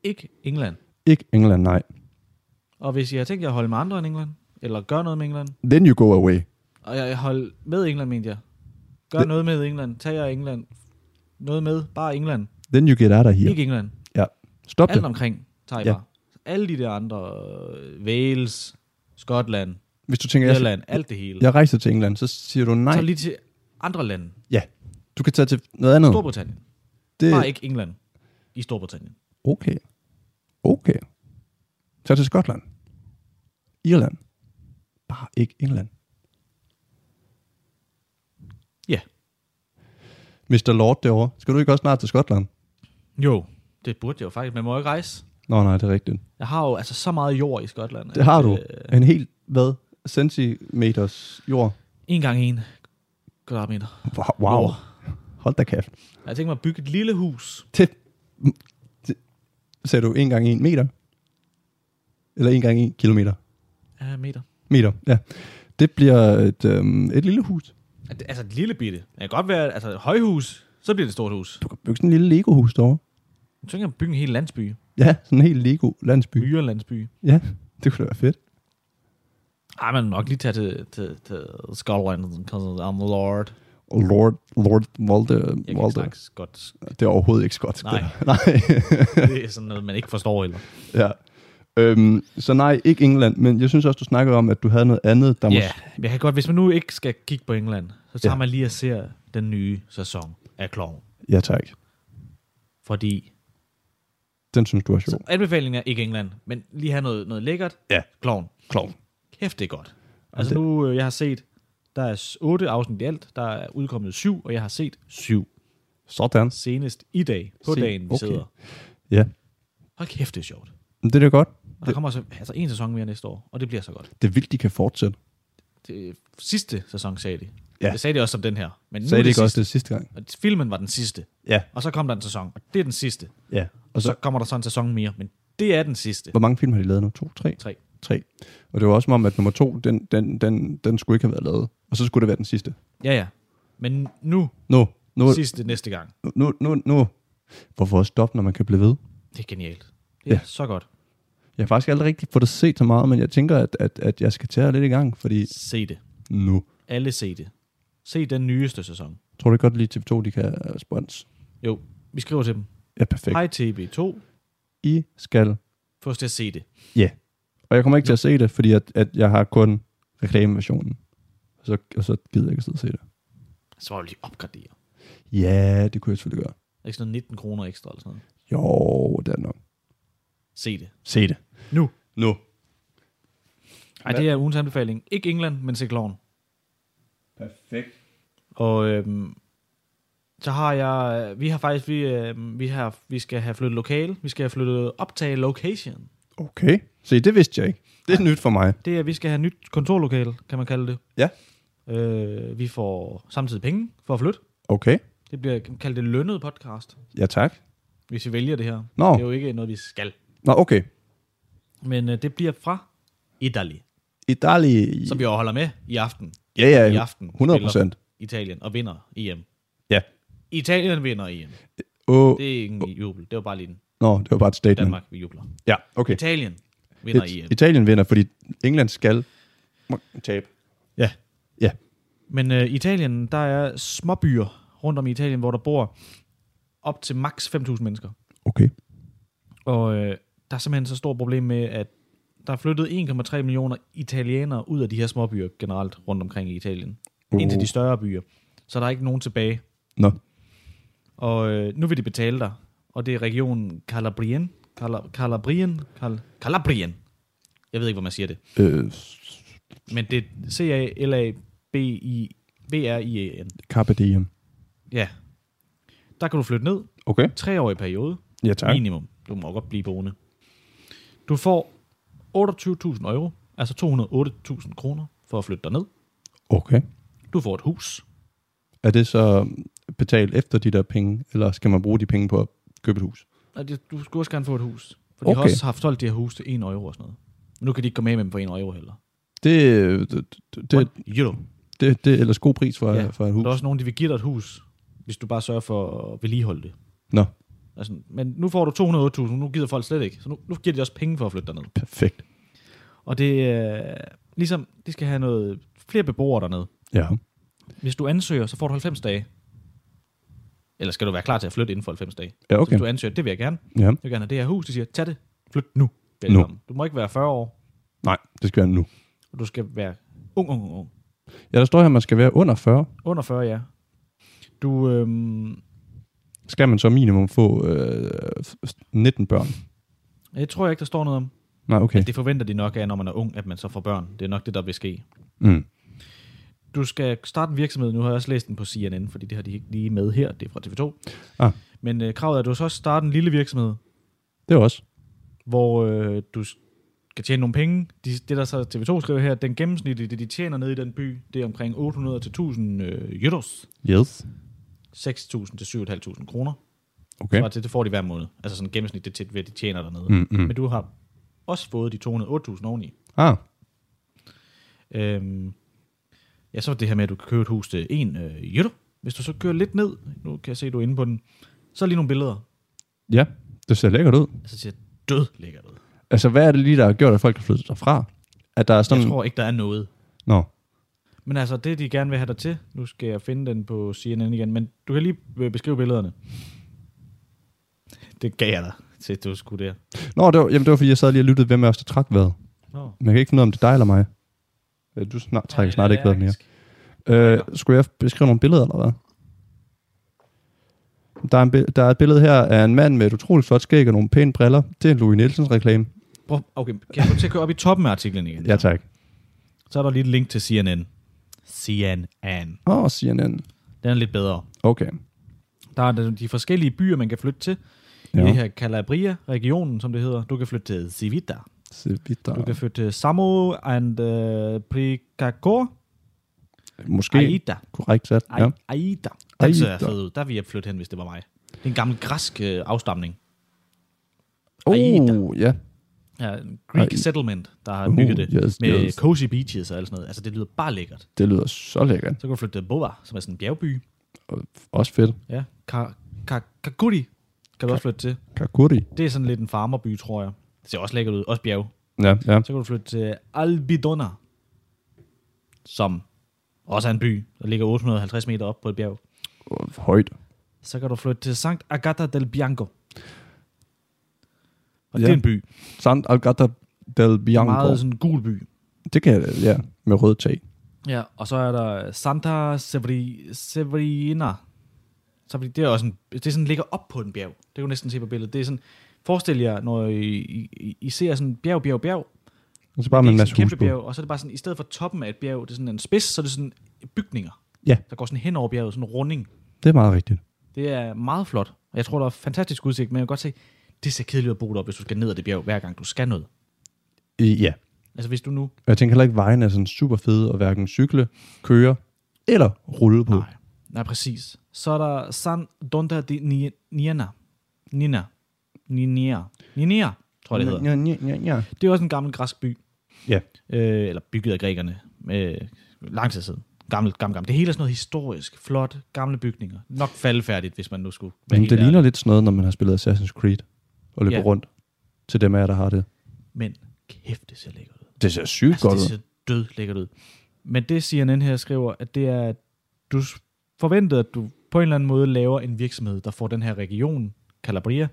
Speaker 3: Ikke England.
Speaker 4: ikke England, nej.
Speaker 3: Og hvis I har tænkt jer at holde med andre end England, eller gøre noget med England,
Speaker 4: Then you go away.
Speaker 3: og jeg holde med England, mente jeg. Gør
Speaker 4: Det-
Speaker 3: noget med England. Tag jer England. Noget med. Bare England.
Speaker 4: Then you get out of
Speaker 3: Ja.
Speaker 4: here.
Speaker 3: Ikke England.
Speaker 4: Stop det.
Speaker 3: Alt omkring tager I ja.
Speaker 4: Ja.
Speaker 3: bare. Alle de der andre. øh, Wales, Skotland,
Speaker 4: Hvis du tænker, jeg,
Speaker 3: Irland, alt det hele.
Speaker 4: jeg rejser til England, så siger du nej.
Speaker 3: Tag lige til andre lande.
Speaker 4: Du kan tage til noget andet.
Speaker 3: Storbritannien.
Speaker 4: Det
Speaker 3: Bare ikke England. I Storbritannien.
Speaker 4: Okay. Okay. Tag til Skotland. Irland. Bare ikke England.
Speaker 3: Ja.
Speaker 4: Mr. Lord derovre. Skal du ikke også snart til Skotland?
Speaker 3: Jo. Det burde jeg jo faktisk. Man må jo ikke rejse.
Speaker 4: Nå nej, det er rigtigt.
Speaker 3: Jeg har jo altså så meget jord i Skotland.
Speaker 4: Det har du.
Speaker 3: Øh,
Speaker 4: En helt, hvad? Centimeters jord.
Speaker 3: en gang en kvadratmeter.
Speaker 4: Wow.
Speaker 3: Jord.
Speaker 4: Hold da kæft.
Speaker 3: Jeg tænkte mig at bygge et lille hus.
Speaker 4: Det, det sagde du en gange en meter? Eller en gange en kilometer?
Speaker 3: Ja, meter.
Speaker 4: Meter, ja. Det bliver et, øhm, et lille hus.
Speaker 3: Al- Altså et lille bitte. Det kan godt være, altså et højhus, så bliver det et stort hus.
Speaker 4: Du kan bygge sådan en lille Lego-hus derovre.
Speaker 3: Jeg tænker jeg at bygge en hel landsby.
Speaker 4: Ja, sådan en helt Lego-landsby.
Speaker 3: Myre landsby.
Speaker 4: Ja, det kunne da være fedt.
Speaker 3: Ej, man må nok lige tage til, til, til Skotland, because I'm the lord.
Speaker 4: Og Lord, Lord Walde,
Speaker 3: Jeg kan ikke
Speaker 4: Walde.
Speaker 3: snakke skotsk.
Speaker 4: det er overhovedet ikke skotsk.
Speaker 3: Nej.
Speaker 4: det der. *laughs* nej.
Speaker 3: Det
Speaker 4: *laughs*
Speaker 3: er sådan noget, man ikke forstår heller.
Speaker 4: ja. Øhm, så nej, ikke England, men jeg synes også, du snakkede om, at du havde noget andet, der
Speaker 3: Ja,
Speaker 4: måske...
Speaker 3: yeah. jeg kan godt, hvis man nu ikke skal kigge på England, så tager
Speaker 4: Ja.
Speaker 3: man lige og ser den nye sæson af Kloven.
Speaker 4: Ja, tak.
Speaker 3: Fordi
Speaker 4: Den synes du er sjov.
Speaker 3: så anbefalingen er ikke England, men lige have noget, noget lækkert.
Speaker 4: Ja.
Speaker 3: Kloven.
Speaker 4: Klovn.
Speaker 3: Kæft, det er godt. Altså
Speaker 4: det-
Speaker 3: nu, øh, jeg har set, der er s- otte afsnit i alt, der er udkommet syv, og jeg har set syv
Speaker 4: Sådan.
Speaker 3: senest i dag, på
Speaker 4: Se,
Speaker 3: dagen, vi okay.
Speaker 4: okay.
Speaker 3: sidder.
Speaker 4: Ja,
Speaker 3: Hold kæft, det er sjovt.
Speaker 4: men det er da godt.
Speaker 3: Og der kommer altså, altså en sæson mere næste år, og det bliver så godt.
Speaker 4: Det er vildt, de kan fortsætte.
Speaker 3: Det, sidste sæson sagde de. Ja.
Speaker 4: Ja.
Speaker 3: Det sagde de også som den her. Men nu
Speaker 4: Sagde
Speaker 3: er
Speaker 4: det
Speaker 3: det
Speaker 4: ikke også
Speaker 3: sidste.
Speaker 4: det sidste gang?
Speaker 3: Og filmen var den sidste,
Speaker 4: Ja.
Speaker 3: og så kom der en sæson, og det er den sidste.
Speaker 4: ja.
Speaker 3: Og så, så kommer der så en sæson mere, men det er den sidste.
Speaker 4: Hvor mange film har de lavet nu? To? Tre?
Speaker 3: Tre.
Speaker 4: Tre. Og det var også som om, at nummer to, den, den, den, den skulle ikke have været lavet. Og så skulle det være den sidste.
Speaker 3: Ja, ja. Men nu,
Speaker 4: Nu, nu,
Speaker 3: sidste næste gang.
Speaker 4: nu, nu, nu. Hvorfor stoppe, når man kan blive ved?
Speaker 3: Det er genialt. Det er
Speaker 4: Ja.
Speaker 3: ja. så godt.
Speaker 4: Jeg har faktisk aldrig rigtig fået det set så meget, men jeg tænker, at, at, at jeg skal tage lidt i gang, fordi
Speaker 3: Se det.
Speaker 4: nu.
Speaker 3: Alle se det. Se den nyeste sæson.
Speaker 4: Tror du ikke godt lige TV2, de kan øh, spons?
Speaker 3: Jo, vi skriver til dem.
Speaker 4: Ja, perfekt.
Speaker 3: Hej TV2.
Speaker 4: I skal.
Speaker 3: Få os til at se det.
Speaker 4: Ja. Og jeg kommer ikke til at se det, fordi at, at jeg har kun reklameversionen. Og så, og så gider jeg ikke sidde og se det.
Speaker 3: Så var vi lige opgradere.
Speaker 4: Ja, det kunne jeg selvfølgelig gøre.
Speaker 3: Er det ikke sådan noget 19 kroner ekstra eller sådan noget?
Speaker 4: Jo, det er det nok.
Speaker 3: Se det.
Speaker 4: Se det.
Speaker 3: Nu.
Speaker 4: Nu.
Speaker 3: Ej, det er ugens anbefaling. Ikke England, men se kloven.
Speaker 4: Perfekt.
Speaker 3: Og øhm, så har jeg, vi har faktisk, vi, øhm, vi, har, vi skal have flyttet lokale, vi skal have flyttet optage location.
Speaker 4: Okay. Se, det vidste jeg ikke. Det er nyt for mig.
Speaker 3: Det er, vi skal have nyt kontorlokale, kan man kalde det.
Speaker 4: Ja.
Speaker 3: Øh, vi får samtidig penge for at flytte.
Speaker 4: Okay.
Speaker 3: Det bliver kaldt det lønnet podcast,
Speaker 4: Ja, tak.
Speaker 3: hvis vi vælger det her.
Speaker 4: Nå.
Speaker 3: Det er jo ikke noget, vi skal.
Speaker 4: Nå, okay.
Speaker 3: Men øh, det bliver fra Italy,
Speaker 4: Idali.
Speaker 3: som vi jo holder med i aften.
Speaker 4: Ja, ja.
Speaker 3: I aften
Speaker 4: 100 procent.
Speaker 3: Italien og vinder EM.
Speaker 4: Ja.
Speaker 3: Italien vinder EM.
Speaker 4: Åh,
Speaker 3: Det er ikke en jubel. Det var bare lige en
Speaker 4: nå, det var bare et statement.
Speaker 3: Danmark, vi jubler.
Speaker 4: Ja, okay.
Speaker 3: Italien vinder E
Speaker 4: It-
Speaker 3: EM.
Speaker 4: Italien vinder, fordi England skal tabe.
Speaker 3: Ja.
Speaker 4: Ja.
Speaker 3: Men øh, Italien, der er småbyer rundt om i Italien, hvor der bor op til maks 5.000 mennesker.
Speaker 4: Okay.
Speaker 3: Og øh, der er simpelthen så stort problem med, at der er flyttet 1,3 millioner italienere ud af de her småbyer generelt rundt omkring i Italien. Uh.
Speaker 4: Uh.
Speaker 3: Ind til de større byer. Så der er ikke nogen tilbage.
Speaker 4: Nå.
Speaker 3: Og øh, nu vil de betale dig. Og det er regionen Calabrien. Cala- Calabrien. Cal- Calabrien. Jeg ved ikke, hvor man siger det.
Speaker 4: Øh,
Speaker 3: Men det er C-A-L-A-B-I-V-R-I-E-N.
Speaker 4: Carpe diem.
Speaker 3: E Ja. Der kan du flytte ned.
Speaker 4: Okay.
Speaker 3: Tre år i periode.
Speaker 4: Ja,
Speaker 3: Ja.
Speaker 4: tak.
Speaker 3: Minimum. Du må godt blive boende. Du får 28.000 euro, altså 208.000 kroner, for at flytte dig ned.
Speaker 4: Okay.
Speaker 3: Du får et hus.
Speaker 4: Er det så betalt efter de der penge, eller skal man bruge de penge på at købe et hus?
Speaker 3: Og det- Du skulle også gerne få et hus. For de okay. har
Speaker 4: Okay.
Speaker 3: også haft solgt de her hus til 1 euro og sådan noget. Men nu kan de ikke komme af med dem for 1 euro heller.
Speaker 4: Det, det, det, det,
Speaker 3: euro.
Speaker 4: det, det er ellers god pris for,
Speaker 3: Ja,
Speaker 4: ja. for et hus.
Speaker 3: Der er også nogen, de vil give dig et hus, hvis du bare sørger for at vedligeholde det.
Speaker 4: Nå,
Speaker 3: Altså, men nu får du 208.000, nu gider folk slet ikke. Så nu, nu giver de også penge for at flytte derned.
Speaker 4: perfekt.
Speaker 3: Og det er ligesom, de skal have noget flere beboere dernede.
Speaker 4: Ja.
Speaker 3: Hvis du ansøger, så får du 90 dage. Eller skal du være klar til at flytte inden for 90 dage?
Speaker 4: Ja,
Speaker 3: Så hvis
Speaker 4: okay.
Speaker 3: du ansøger, det vil jeg gerne.
Speaker 4: Ja.
Speaker 3: Jeg vil gerne have det her hus, de siger, tag det, flyt nu. Velkommen. Du må ikke være 40 år,
Speaker 4: Nej, det skal være nu.
Speaker 3: og du skal være ung, ung, ung, ung.
Speaker 4: Ja, der står her, at man skal være under 40.
Speaker 3: Under 40, ja. Du, øhm,
Speaker 4: Skal man så minimum få øh, 19 børn?
Speaker 3: jeg tror jeg ikke, der står noget om.
Speaker 4: Nej, okay.
Speaker 3: Men det forventer de nok af, når man er ung, at man så får børn. Det er nok det, der vil ske.
Speaker 4: Mm.
Speaker 3: du skal starte en virksomhed. Nu har jeg også læst den på CNN, fordi det har de ikke lige med her. Det er fra TV2.
Speaker 4: Ah.
Speaker 3: Men øh, kravet er, at du så også starte en lille virksomhed,
Speaker 4: Det er også.
Speaker 3: hvor øh, du skal tjene nogle penge. De, det, der så TV2 skriver her, den gennemsnitlige, det de tjener nede i den by, det er omkring 800 til 1000 øh, euros.
Speaker 4: Yes.
Speaker 3: 6.000 til 7.500 kroner.
Speaker 4: Okay.
Speaker 3: Og det, det får de hver måned. Altså sådan gennemsnitligt til, hvad de tjener dernede.
Speaker 4: Mm, mm.
Speaker 3: Men du har også fået de 208.000 oveni.
Speaker 4: Ah,
Speaker 3: Øhm, ja, så er det her med, at du kan købe et hus til 1 øh, euro. Hvis du så kører lidt ned, nu kan jeg se, at du er inde på den, så er lige nogle billeder.
Speaker 4: ja. Det ser lækkert ud.
Speaker 3: Altså ser død lækkert ud.
Speaker 4: Altså, hvad er det lige, der har gjort, at folk har flyttet sig fra? At der er sådan...
Speaker 3: Jeg tror ikke, der er noget.
Speaker 4: Nå,
Speaker 3: Men altså, det de gerne vil have dig til, nu skal jeg finde den på CNN igen, men du kan lige øh, beskrive billederne. Det gav jeg dig til, at du skulle der.
Speaker 4: Nå det, var, jamen, det var, fordi jeg sad lige og lyttede, hvem af os, der trak hvad.
Speaker 3: Nå.
Speaker 4: Men jeg kan ikke finde ud af, om det er dig eller mig. Øh, Du snart, trækker snart ikke hvad mere. Øh, skulle jeg beskrive nogle billeder, eller hvad? Der er, en, bi- der er et billede her af en mand med et utroligt flot skæg og nogle pæne briller. Det er en Louis Nielsens reklame.
Speaker 3: Prøv, okay, kan jeg få til at køre op i toppen af artiklen igen?
Speaker 4: Ja, tak.
Speaker 3: Så er der lige et link til CNN. CNN.
Speaker 4: Åh, oh, CNN.
Speaker 3: Den er lidt bedre.
Speaker 4: Okay.
Speaker 3: Der er de- de forskellige byer, man kan flytte til. Ja. I
Speaker 4: Ja.
Speaker 3: det her Calabria-regionen, som det hedder. Du kan flytte til Civita.
Speaker 4: Se vidt der.
Speaker 3: Du kan flytte til Samo and uh, Pricacor.
Speaker 4: Måske
Speaker 3: Aida.
Speaker 4: korrekt sat.
Speaker 3: Ai-
Speaker 4: Ja.
Speaker 3: Aida. Den ser
Speaker 4: Aida.
Speaker 3: fed ud. Der ville jeg flytte hen, hvis det var mig. Det er en gammel græsk øh, afstamning.
Speaker 4: Oh,
Speaker 3: Aida.
Speaker 4: ja.
Speaker 3: Ja, en Greek
Speaker 4: Ej.
Speaker 3: Settlement, der har
Speaker 4: Uh,
Speaker 3: bygget det.
Speaker 4: yes,
Speaker 3: med
Speaker 4: yes.
Speaker 3: cozy beaches og alt sådan noget. Altså, det lyder bare lækkert.
Speaker 4: Det lyder så lækkert.
Speaker 3: Så kan du flytte til Bova, som er sådan en bjergby.
Speaker 4: Også fedt.
Speaker 3: Ja. Ka- Ka- Kakuri kan du også flytte til.
Speaker 4: Kakuri.
Speaker 3: Det er sådan lidt en farmerby, tror jeg. Det ser også lækkert ud. Også bjerg.
Speaker 4: Ja, ja.
Speaker 3: Så kan du flytte til Albidona, som også er en by, der ligger 850 meter op på et bjerg.
Speaker 4: Og Højt.
Speaker 3: Så kan du flytte til Sankt Agata del Bianco. Og ja.
Speaker 4: Ja.
Speaker 3: det er en by.
Speaker 4: Sant Algata del Bianco.
Speaker 3: Meget sådan en gul by.
Speaker 4: Det kan jeg, ja. Med rød tag.
Speaker 3: Ja, og så er der Santa Severi, Severina. Så det er også en, det er sådan, ligger op på en bjerg. Det kan du næsten se på billedet. Det er sådan, forestil jer, når I, I, I ser sådan bjerg, bjerg, bjerg.
Speaker 4: Og så bare
Speaker 3: det
Speaker 4: med en
Speaker 3: er ikke
Speaker 4: masse
Speaker 3: sådan
Speaker 4: hus
Speaker 3: kæmpe
Speaker 4: på.
Speaker 3: bjerg, og så er det bare sådan, i stedet for toppen af et bjerg, det er sådan en spids, så er det sådan bygninger.
Speaker 4: Ja.
Speaker 3: Der går sådan hen over bjerget, sådan en runding.
Speaker 4: Det er meget rigtigt.
Speaker 3: Det er meget flot, og jeg tror, der er fantastisk udsigt, men jeg kan godt se, det ser kedeligt at bo deroppe, hvis du skal ned ad det bjerg, hver gang du skal noget.
Speaker 4: Øh, Ja.
Speaker 3: Altså hvis du nu...
Speaker 4: Og jeg tænker heller ikke, vejen er sådan super fed at hverken cykle, køre eller rulle på.
Speaker 3: Nej, nej præcis. Så er der San Donda de Ni- Niena. Nina. Ninea. Ninea, tror jeg, det hedder.
Speaker 4: Ja, ja, ja, ja.
Speaker 3: Det er også en gammel græsk by.
Speaker 4: Ja.
Speaker 3: Øh, eller bygget af grækerne. Øh, lang tid siden. Gammel, gammel, gammel. Det hele er sådan noget historisk, flot, gamle bygninger. Nok faldfærdigt, hvis man nu skulle
Speaker 4: Men
Speaker 3: være helt
Speaker 4: det
Speaker 3: ærlig.
Speaker 4: ligner lidt sådan noget, når man har spillet Assassin's Creed og løber
Speaker 3: Ja.
Speaker 4: rundt til dem af jer, der har det.
Speaker 3: Men kæft, det ser lækkert ud.
Speaker 4: Det ser sygt
Speaker 3: Altså,
Speaker 4: godt
Speaker 3: det
Speaker 4: ud.
Speaker 3: ser død lækkert ud. Men det CNN her skriver, at det er, at du s- forventede, at du på en eller anden måde laver en virksomhed, der får den her region, Calabria,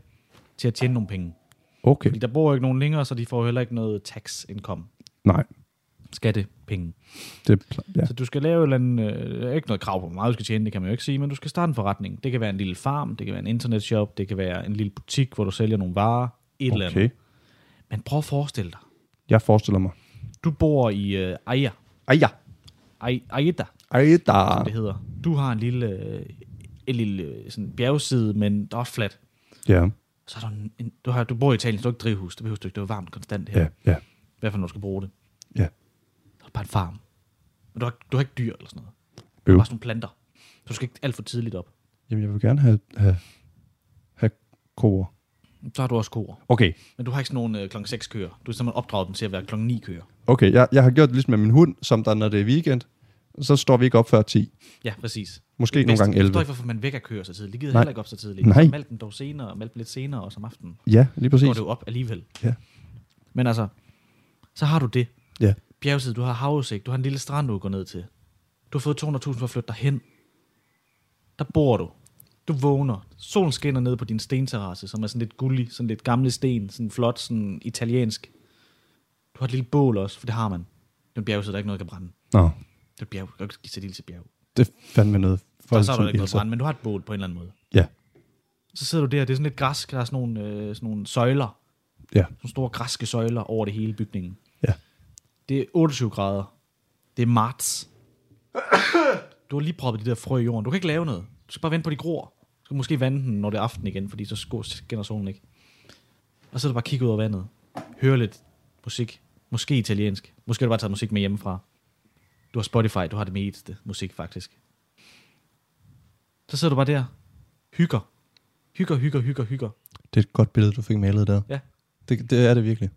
Speaker 3: til at tjene nogle penge.
Speaker 4: Okay,
Speaker 3: Fordi der bor jo ikke nogen længere, så de får heller ikke noget tax income.
Speaker 4: nej.
Speaker 3: Skattepenge.
Speaker 4: Det, er pl- ja.
Speaker 3: Så du skal lave et eller andet, øh, der er ikke noget krav på, hvor meget du skal tjene, det kan man jo ikke sige, men du skal starte en forretning. Det kan være en lille farm, det kan være en internetshop, det kan være en lille butik, hvor du sælger nogle varer, et eller
Speaker 4: Okay,
Speaker 3: andet. Men prøv at forestille dig,
Speaker 4: jeg forestiller mig.
Speaker 3: du bor i øh, Aya,
Speaker 4: Ej ja.
Speaker 3: Ay- Ayeta,
Speaker 4: Ej da.
Speaker 3: som det hedder. Du har en lille, øh, en lille øh, sådan bjergside, men der er også fladt.
Speaker 4: Ja,
Speaker 3: Så er der en, en, du, har, du bor i Italien, så du har ikke drivhus. Det behøver du ikke. Det er jo varmt konstant her.
Speaker 4: ja,
Speaker 3: Ja.
Speaker 4: ja,
Speaker 3: Hvad for når du skal bruge det?
Speaker 4: ja.
Speaker 3: Så er der bare en farm. Men du har, du har ikke dyr eller sådan noget. Du
Speaker 4: Øv.
Speaker 3: har bare sådan nogle planter. Så du skal ikke alt for tidligt op.
Speaker 4: Jamen, jeg vil gerne have, have, have koger.
Speaker 3: Så har du også koer.
Speaker 4: Okay,
Speaker 3: Men du har ikke sådan nogle øh, klokken 6 køer. Du har simpelthen opdraget dem til at være klokken 9 køer.
Speaker 4: okay. Jeg, jeg har gjort det ligesom med min hund, som der, når det er weekend, så står vi ikke op før 10.
Speaker 3: Ja, præcis.
Speaker 4: Måske nogle
Speaker 3: Bedst.
Speaker 4: gange
Speaker 3: Jeg
Speaker 4: 11.
Speaker 3: forstår ikke, hvorfor man vækker køer så tidligt. De gider
Speaker 4: Nej.
Speaker 3: heller ikke op så tidligt.
Speaker 4: Nej.
Speaker 3: Så malk dem dog senere, og malk dem lidt senere også om aftenen.
Speaker 4: Ja, lige
Speaker 3: Så går
Speaker 4: præcis.
Speaker 3: det jo op alligevel.
Speaker 4: Ja.
Speaker 3: Men altså, så har du det.
Speaker 4: Ja.
Speaker 3: Bjergside, du har havudsigt, du har en lille strand, du går ned til. Du har fået 200.000 for at flytte dig hen. Der bor du. Du vågner. Solen skinner ned på din stenterrasse, som er sådan lidt gullig, sådan lidt gamle sten, sådan flot, sådan italiensk. Du har et lille bål også, for det har man. Det er en bjergside, der er ikke noget, der kan brænde.
Speaker 4: Nå,
Speaker 3: Det er et bjerg. Du kan ikke give sig til bjerg.
Speaker 4: det fandt man noget.
Speaker 3: Der
Speaker 4: For
Speaker 3: så er der ikke noget brænde, men du har et bål på en eller anden måde.
Speaker 4: Ja,
Speaker 3: Så sidder du der, det er sådan lidt græsk, der er sådan nogle, øh, sådan nogle søjler,
Speaker 4: ja,
Speaker 3: nogle store græske søjler over det hele bygningen.
Speaker 4: ja.
Speaker 3: Det er 28 grader. Det er marts. Du har lige proppet de der frø i jorden. Du kan ikke lave noget. Du skal bare vente på de gror. Du skal måske vande den, når det er aften igen, fordi så sko- skinner solen ikke. Og så er det bare at kigge ud over vandet. Høre lidt musik. Måske italiensk. Måske har du bare taget musik med hjemmefra. Du har Spotify. Du har det meste musik, faktisk. Så sidder du bare der. Hygger. Hygger, hygger, hygger, hygger.
Speaker 4: Det er et godt billede, du fik malet der.
Speaker 3: Ja.
Speaker 4: Det, det er det virkelig.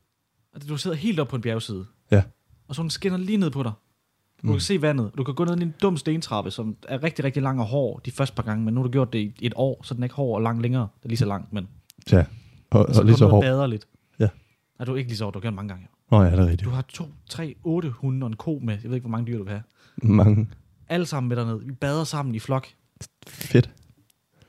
Speaker 3: Og du sidder helt op på en bjergside.
Speaker 4: Ja. Mm.
Speaker 3: og solen skinner lige ned på dig. Du kan se vandet, og du kan gå ned ad en dum stentrappe, som er rigtig, rigtig lang og hård de første par gange, men nu har du gjort det i et år, så den er ikke hård og lang længere. Den er lige så lang, men
Speaker 4: Ja, og, og
Speaker 3: så
Speaker 4: lige
Speaker 3: går du
Speaker 4: så
Speaker 3: ned og
Speaker 4: hård.
Speaker 3: bader lidt.
Speaker 4: Ja.
Speaker 3: Nej, du er ikke lige så hård, du har gjort det mange gange.
Speaker 4: Nå ja, det er rigtigt.
Speaker 3: Du har to, tre, otte hunde og en ko med. Jeg ved ikke, hvor mange dyr du vil have.
Speaker 4: Mange.
Speaker 3: Alle sammen med dernede. Vi bader sammen i flok.
Speaker 4: Fedt.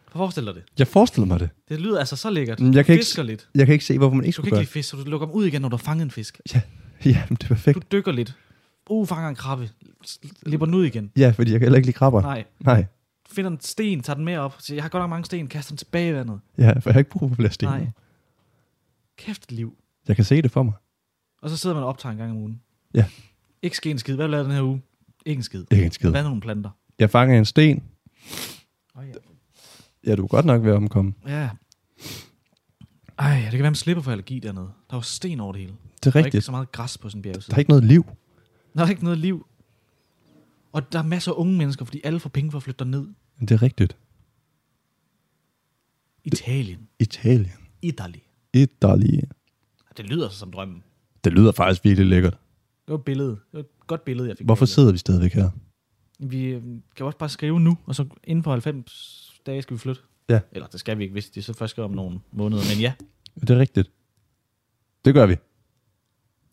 Speaker 3: Forestil dig det.
Speaker 4: Jeg forestiller mig det.
Speaker 3: Det lyder altså så lækkert.
Speaker 4: Men Mm, jeg
Speaker 3: du
Speaker 4: kan ikke
Speaker 3: fisker lidt.
Speaker 4: Jeg kan ikke se, hvorfor man ikke
Speaker 3: Du kan
Speaker 4: skulle
Speaker 3: ikke
Speaker 4: gøre
Speaker 3: lide fisk, så du lukker dem ud igen, når du har fanget en fisk.
Speaker 4: det. *laughs* Ja, jamen, det er
Speaker 3: Du
Speaker 4: perfekt.
Speaker 3: dykker lidt. Uh, fanger en krabbe. Lipper den ud igen.
Speaker 4: Ja, fordi jeg kan heller ikke lide krabber.
Speaker 3: Nej.
Speaker 4: Nej.
Speaker 3: finder en sten, tager den med op, siger, jeg har godt nok mange sten, kaster dem tilbage i vandet.
Speaker 4: Ja, for jeg har ikke brug for flere sten.
Speaker 3: Nej. Kæft et liv.
Speaker 4: Jeg kan se det for mig.
Speaker 3: Og så sidder man og optager en gang om ugen.
Speaker 4: Ja.
Speaker 3: Ikke ske en skid. Hvad lavede den her uge? Ikke en skid.
Speaker 4: Ikke en skid.
Speaker 3: Hvad nogle planter?
Speaker 4: Jeg fanger en sten.
Speaker 3: Oh, ja.
Speaker 4: Ja, du er godt nok ved at omkomme.
Speaker 3: ja. Ej, det kan være, man slipper for allergi dernede. Der var sten over det hele.
Speaker 4: Det er
Speaker 3: Der er ikke
Speaker 4: rigtigt.
Speaker 3: så meget græs på sådan en bjergside.
Speaker 4: Der er ikke noget liv.
Speaker 3: Der er ikke noget liv. Og der er masser af unge mennesker, fordi alle får penge for at flytte ned.
Speaker 4: Det er rigtigt.
Speaker 3: Italien.
Speaker 4: Italien.
Speaker 3: Italy.
Speaker 4: Italien.
Speaker 3: Det det lyder så som drømmen.
Speaker 4: Det lyder faktisk virkelig lækkert.
Speaker 3: Det var et billede. Det var et godt billede, jeg fik.
Speaker 4: Hvorfor
Speaker 3: malet.
Speaker 4: sidder vi stadigvæk her?
Speaker 3: Vi øh, kan jo også bare skrive nu, og så inden for 90 dage skal vi flytte.
Speaker 4: Ja.
Speaker 3: Eller det skal vi ikke, hvis det så først skal om nogle måneder. Men ja,
Speaker 4: Det er rigtigt. Det gør vi.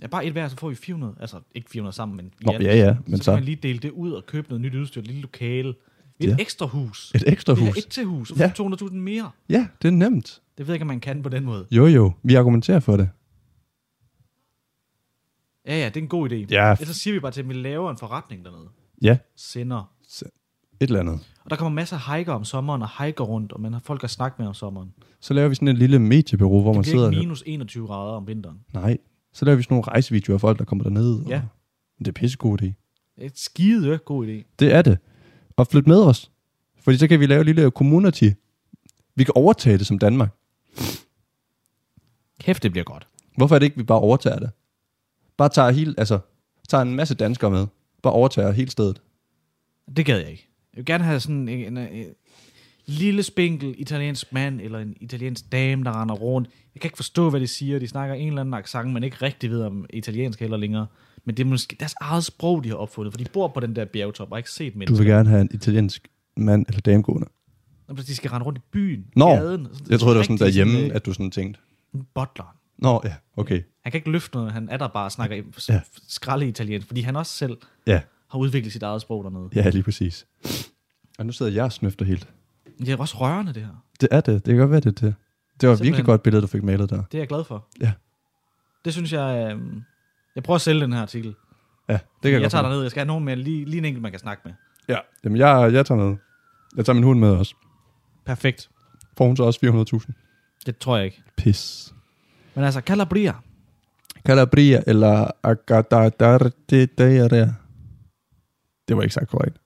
Speaker 3: ja bare et hver, så får vi 400. Altså ikke 400 sammen, men
Speaker 4: Nå, ja, ja. Men
Speaker 3: så, så kan man
Speaker 4: så
Speaker 3: lige dele det ud og købe noget nyt udstyr, et lille lokale. Et
Speaker 4: Ja.
Speaker 3: ekstra hus.
Speaker 4: et ekstra
Speaker 3: Vi har
Speaker 4: hus.
Speaker 3: Et til hus, og
Speaker 4: Ja.
Speaker 3: 200.000 mere.
Speaker 4: Ja, det er nemt.
Speaker 3: Det ved jeg ikke, om man kan på den måde.
Speaker 4: Jo, jo. Vi argumenterer for det.
Speaker 3: Ja, ja, det er en god idé.
Speaker 4: Ja,
Speaker 3: Ellers så siger vi bare til, at vi laver en forretning dernede.
Speaker 4: ja.
Speaker 3: Sender.
Speaker 4: Et eller andet.
Speaker 3: Og der kommer masser af hiker om sommeren, og hiker rundt, og man har folk at snakke med om sommeren.
Speaker 4: Så laver vi sådan et lille mediebyrå, hvor man
Speaker 3: Det bliver
Speaker 4: sidder...
Speaker 3: ikke minus 21 grader om vinteren.
Speaker 4: Nej. Så laver vi sådan nogle rejsevideoer af folk, der kommer derned.
Speaker 3: Ja.
Speaker 4: Og... Det er pissegod idé.
Speaker 3: Det er Et skide øh, god idé.
Speaker 4: Det er det. Og flyt med os. Fordi så kan vi lave et lille community. Vi kan overtage det som Danmark.
Speaker 3: Kæft, det bliver godt.
Speaker 4: Hvorfor er det ikke, vi bare overtager det? Bare tager, hele, altså, tager en masse danskere med. Bare overtager hele stedet.
Speaker 3: Det gad jeg ikke. Jeg vil gerne have sådan en, en, en, en lille spinkel italiensk mand, eller en italiensk dame, der render rundt. Jeg kan ikke forstå, hvad de siger. De snakker en eller anden accent, man ikke rigtig ved om italiensk heller længere. Men det er måske deres eget sprog, de har opfundet, for de bor på den der bjergtop og har ikke set
Speaker 4: Du
Speaker 3: mennesker.
Speaker 4: vil gerne have en italiensk mand eller dame gående.
Speaker 3: Nå, men De skal rende rundt i byen,
Speaker 4: Nå,
Speaker 3: gaden. Sådan,
Speaker 4: Jeg troede, det var sådan
Speaker 3: rigtig
Speaker 4: derhjemme,
Speaker 3: øh,
Speaker 4: at du sådan tænkte.
Speaker 3: en butler.
Speaker 4: Nå, ja, okay.
Speaker 3: Han kan ikke løfte noget, han er der bare og snakker ja.
Speaker 4: Ja.
Speaker 3: skralde italiensk, fordi han også selv
Speaker 4: Ja,
Speaker 3: har udviklet sit eget sprog dernede.
Speaker 4: ja lige præcis. Og nu sidder jeg og snøfter helt.
Speaker 3: Men Det er også rørende, det her.
Speaker 4: Det er det. Det kan godt være, det er det. Det var et
Speaker 3: Simpelthen.
Speaker 4: virkelig godt billede, du fik malet der.
Speaker 3: Det er jeg glad for.
Speaker 4: Ja.
Speaker 3: Det synes jeg... Øh, jeg prøver at sælge den her artikel.
Speaker 4: Ja, det kan
Speaker 3: jeg
Speaker 4: godt
Speaker 3: tager
Speaker 4: være.
Speaker 3: derned. Jeg skal have nogen med. Lige, lige en enkelt, man kan snakke med.
Speaker 4: Ja, jamen jeg, jeg tager med. Jeg tager min hund med også.
Speaker 3: Perfekt.
Speaker 4: Får hun så også 400.000?
Speaker 3: Det tror jeg ikke.
Speaker 4: Pis.
Speaker 3: Men altså, Calabria.
Speaker 4: Calabria eller Agadadardedarea. Det var ikke sagt korrekt.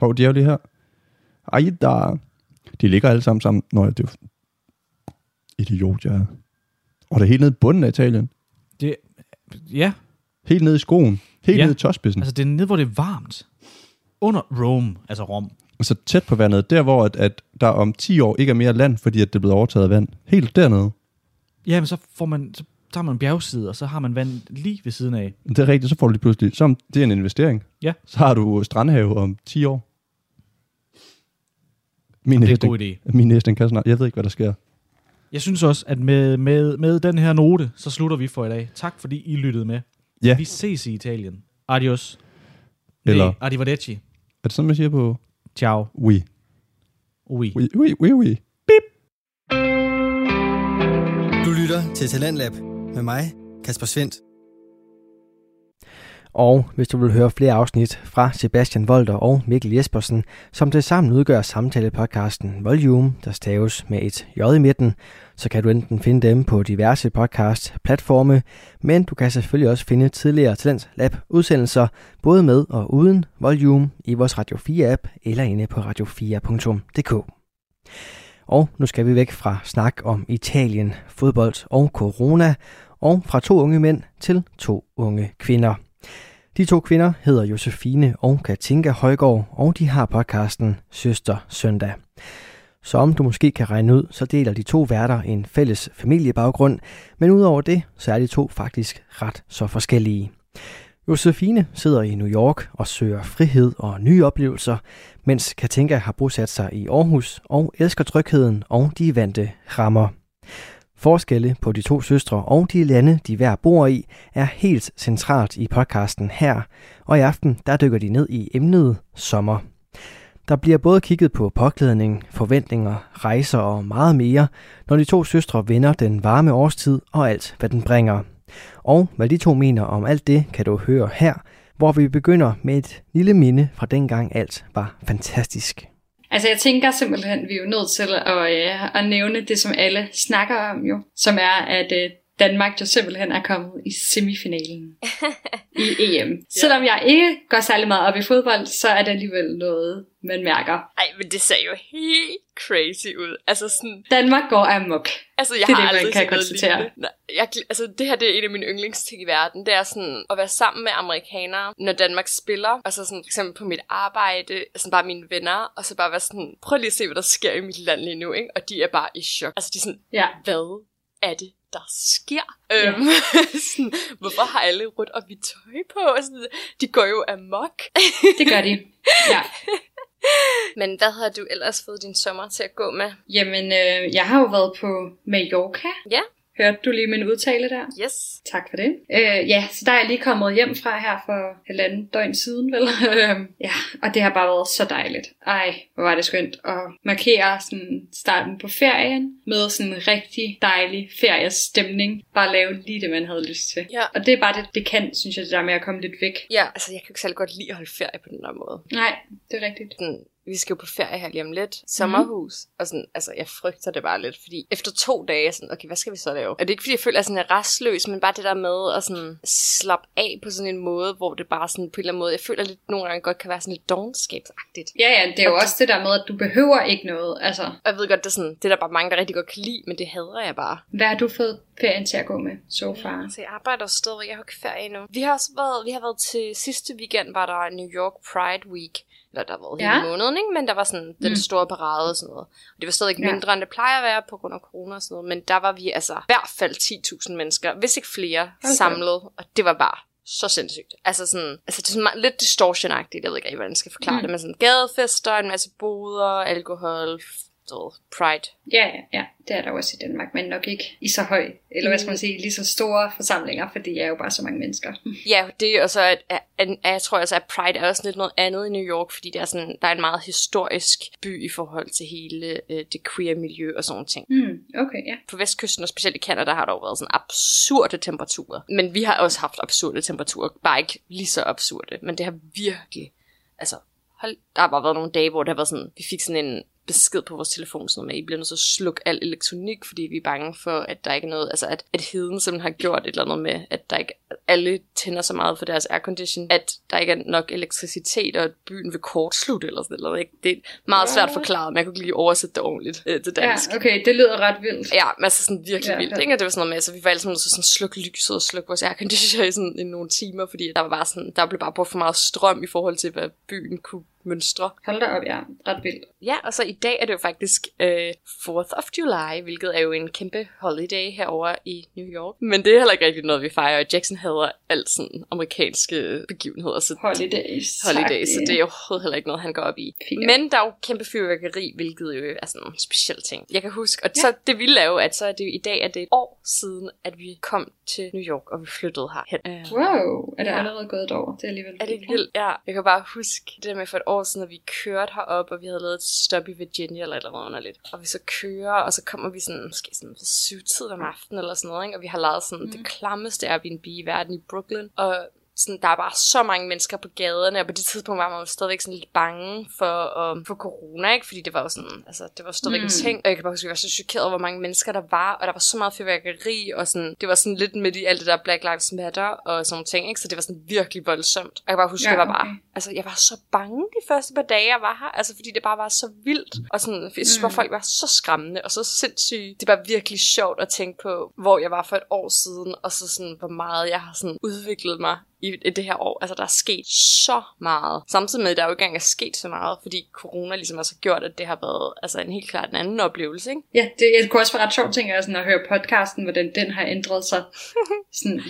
Speaker 4: Hov, de er jo lige her. Ej, der. De ligger alle sammen sammen. Nå, ja, det er jo... Idiot, jeg er. Og det er helt nede i bunden af Italien.
Speaker 3: Det, ja,
Speaker 4: Helt nede i skoen. Helt
Speaker 3: Ja.
Speaker 4: ja. nede i tåspidsen.
Speaker 3: altså det er nede, hvor det er varmt. Under Rome, altså Rom.
Speaker 4: Altså tæt på vandet. Der, hvor at, at der om 10 år ikke er mere land, fordi at det er blevet overtaget af vand. Helt dernede.
Speaker 3: Jamen, så, får man, så tager man en bjergside, og så har man vand lige ved siden af.
Speaker 4: Det er rigtigt, så får du lige pludselig... Som, det er en investering.
Speaker 3: Ja.
Speaker 4: Så har du strandhave om 10 år. Min
Speaker 3: Det er
Speaker 4: næste-
Speaker 3: en god idé.
Speaker 4: Min næste den kan snart. Jeg ved ikke, hvad der sker.
Speaker 3: Jeg synes også, at med, med, med den her note, så slutter vi for i dag. Tak fordi I lyttede med.
Speaker 4: Ja.
Speaker 3: Vi ses i Italien. Adios.
Speaker 4: Eller-
Speaker 3: Nej, arrivederci.
Speaker 4: Er det sådan, man siger på
Speaker 3: Ciao.
Speaker 4: we?
Speaker 3: Oui.
Speaker 4: We, we, we, we.
Speaker 1: Du lytter til Talentlab med mig, Kasper Svendt.
Speaker 2: Og hvis du vil høre flere afsnit fra Sebastian Volter og Mikkel Jespersen, som til sammen udgør samtalepodcasten Volume, der staves med et J i midten, så kan du enten finde dem på diverse podcast-platforme, men du kan selvfølgelig også finde tidligere Talents Lab udsendelser, både med og uden Volume, i vores Radio 4-app eller inde på radio4.dk. Og nu skal vi væk fra snak om Italien, fodbold og corona, og fra to unge mænd til to unge kvinder. De to kvinder hedder Josefine og Katinka Højgaard, og de har podcasten Søster Søndag. Som du måske kan regne ud, så deler de to værter en fælles familiebaggrund, men udover det, så er de to faktisk ret så forskellige. Josefine sidder i New York og søger frihed og nye oplevelser, mens Katinka har bosat sig i Aarhus og elsker trygheden og de vante rammer. Forskelle på de to søstre og de lande, de hver bor i, er helt centralt i podcasten her, og i aften der dykker de ned i emnet sommer. Der bliver både kigget på påklædning, forventninger, rejser og meget mere, når de to søstre vender den varme årstid og alt, hvad den bringer. Og hvad de to mener om alt det, kan du høre her, hvor vi begynder med et lille minde fra dengang alt var fantastisk.
Speaker 5: Altså jeg tænker simpelthen, vi er jo nødt til at, øh, at nævne det, som alle snakker om jo, som er, at øh, Danmark jo simpelthen er kommet i semifinalen i EM. Selvom jeg ikke går særlig meget op i fodbold, så er det alligevel noget, man mærker.
Speaker 6: Ej, men det ser jo helt crazy ud. Altså sådan,
Speaker 5: Danmark går amok.
Speaker 6: altså jeg
Speaker 5: Det er
Speaker 6: har
Speaker 5: det, man
Speaker 6: aldrig
Speaker 5: kan
Speaker 6: set noget
Speaker 5: konstatere.
Speaker 6: lignende. Nej, Jeg, gl- altså det her, det er et af mine yndlingsting i verden. Det er sådan at være sammen med amerikanere, når Danmark spiller. Og så sådan for eksempel på mit arbejde, sådan bare mine venner. Og så bare være sådan, prøv lige at se, hvad der sker i mit land lige nu, ikke? Og de er bare i chok. Altså de er sådan,
Speaker 5: Ja.
Speaker 6: hvad er det, der sker? Øhm, *laughs* sådan, hvorfor har alle rødt og hvidt tøj på? Og sådan, de går jo amok.
Speaker 5: Det gør de. Ja.
Speaker 6: Men hvad havde du ellers fået din sommer til at gå med?
Speaker 5: Jamen, øh, jeg har jo været på Mallorca.
Speaker 6: Ja.
Speaker 5: Hørte du lige min udtale der?
Speaker 6: Yes.
Speaker 5: Tak for det. Øh, ja, så der er jeg lige kommet hjem fra her for halvanden døgn siden, vel? *laughs* Øhm, ja, og det har bare været så dejligt. Ej, hvor var det skønt at markere sådan starten på ferien med sådan en rigtig dejlig feriestemning. Bare lave lige det, man havde lyst til.
Speaker 6: Ja.
Speaker 5: Og det er bare det, det kan, synes jeg, det der med at komme lidt væk.
Speaker 6: Ja, altså jeg kan jo ikke særlig godt lide at holde ferie på den der måde.
Speaker 5: Nej, det er rigtigt.
Speaker 6: Sådan, vi skal jo på ferie her lige om lidt. Sommerhus. Mm. Og sådan, altså jeg frygter det bare lidt, fordi efter to dage, sådan, okay, hvad skal vi så lave? Og det er ikke fordi, jeg føler, at jeg sådan er restløs, men bare det der med at sådan slappe af på sådan en måde, hvor det bare sådan på en eller anden måde, jeg føler lidt nogle gange godt kan være sådan lidt dogenskabsagtigt.
Speaker 5: Ja, ja, det er jo også det der med, at du behøver ikke noget. Altså,
Speaker 6: Og jeg ved godt, det er, sådan, det er der bare mange, der rigtig godt kan lide, men det hader jeg bare.
Speaker 5: hvad har du fået ferien til at gå med so far?
Speaker 6: Øhm, Så jeg arbejder jo stadigvæk, jeg har jo ikke ferie endnu. Vi har også været, vi har været til sidste weekend, var der New York Pride Week. Eller der har været ja.
Speaker 5: Ja.
Speaker 6: hele måneden, ikke? men der var sådan den
Speaker 5: Mm.
Speaker 6: store parade og sådan noget. Og det var stadig
Speaker 5: Ja.
Speaker 6: mindre, end det plejer at være på grund af corona og sådan noget. Men der var vi altså i hvert fald 10.000 mennesker, hvis ikke flere, okay.
Speaker 5: Okay.
Speaker 6: samlet. Og det var bare så sindssygt. Altså, sådan, altså det er sådan meget- lidt distortion Jeg ved ikke, rigtig, hvordan jeg skal forklare mm.
Speaker 5: Mm.
Speaker 6: det. Men sådan gadefester, en masse boder, alkohol, du ved, pride.
Speaker 5: Ja, ja, ja, det er der også i Danmark, men nok ikke i så høj, eller hvad skal man sige, lige så store forsamlinger, fordi jeg er jo bare så mange mennesker.
Speaker 6: Ja, det er også, at, at, at jeg tror altså, at Pride er også lidt noget andet i New York, fordi det er sådan, der er en meget historisk by i forhold til hele øh, det queer miljø og sådan nogle ting.
Speaker 5: Mm, okay, ja.
Speaker 6: På vestkysten og specielt i Canada har der jo været sådan absurde temperaturer. Men vi har også haft absurde temperaturer, bare ikke lige så absurde. Men det har virkelig, altså hold, der har bare været nogle dage, hvor det har været sådan, vi fik sådan en besked på vores telefon, sådan noget med, I bliver nødt til at slukke al elektronik, fordi vi er bange for, at der ikke er noget, altså at, at heden simpelthen har gjort et eller andet med, at der ikke, at alle tænder så meget for deres aircondition, at der ikke er nok elektricitet, og at byen vil kortslutte eller sådan noget. Ikke? Det er meget svært forklaret, men jeg kunne ikke lige oversætte det ordentligt øh, til dansk.
Speaker 5: Ja, okay, det lyder ret vildt.
Speaker 6: Ja, men altså sådan virkelig ja,
Speaker 5: Ja,
Speaker 6: vildt,
Speaker 5: ja.
Speaker 6: ikke? Og det var sådan noget med, altså vi var alle sammen nødt til sådan at slukke lyset og slukke vores airconditioner i, sådan, i nogle timer, fordi der var bare sådan, der blev bare brugt for meget strøm i forhold til, hvad byen kunne mønstre.
Speaker 5: Hold da op, ja. Ret vildt.
Speaker 6: Ja, og så i dag er det jo faktisk øh, 4th of July, hvilket er jo en kæmpe holiday herover i New York. Men det er heller ikke rigtig noget, vi fejrer. Jackson hader alt sådan amerikanske begivenheder, så
Speaker 5: Holidays.
Speaker 6: holiday, så det er jo overhovedet heller ikke noget, han går op i.
Speaker 5: Fint.
Speaker 6: Men der er jo kæmpe fyrværkeri, hvilket jo er sådan en speciel ting. Jeg kan huske, og ja. så det vilde er jo, at så er det jo i dag, at det er et år siden, at vi kom til New York, og vi flyttede herhen. Øh,
Speaker 5: Wow, er det
Speaker 6: Ja.
Speaker 5: ja. allerede gået et år? Det er alligevel
Speaker 6: er det ikke vildt? Ja. Jeg kan bare huske det der med for et år siden, at vi kørte herop, og vi havde lavet et stop i Virginia eller et eller andet underligt. Og vi så kører, og så kommer vi sådan, måske sådan ved syvtiden om aftenen eller sådan noget, ikke? og vi har lavet sådan mm. det klammeste Airbnb i verden i Brooklyn. Og sådan, der er bare så mange mennesker på gaderne, og på det tidspunkt var man jo stadigvæk sådan lidt bange for, um, for corona, ikke? fordi det var jo sådan, altså, det var stadigvæk mm. en
Speaker 5: Mm.
Speaker 6: ting, og jeg kan bare huske, at jeg var så chokeret, hvor mange mennesker der var, og der var så meget fyrværkeri, og sådan, det var sådan lidt midt i alt det der Black Lives Matter og sådan nogle ting, ikke? så det var sådan virkelig voldsomt. Og jeg kan bare huske, ja,
Speaker 5: Ja,
Speaker 6: jeg var bare,
Speaker 5: okay.
Speaker 6: altså, jeg var så bange de første par dage, jeg var her, altså, fordi det bare var så vildt, og sådan, jeg synes, hvor
Speaker 5: Mm.
Speaker 6: folk var så skræmmende, og så sindssyge. Det var virkelig sjovt at tænke på, hvor jeg var for et år siden, og så sådan, hvor meget jeg har sådan udviklet mig i, i det her år. Altså, der er sket så meget. Samtidig med, at der jo ikke engang er sket så meget, fordi corona ligesom også har gjort, at det har været altså, en helt klart en anden oplevelse, ikke?
Speaker 5: Ja, det, jeg kunne også være ret sjovt, tænker jeg, sådan at høre podcasten, hvordan den har ændret sig sådan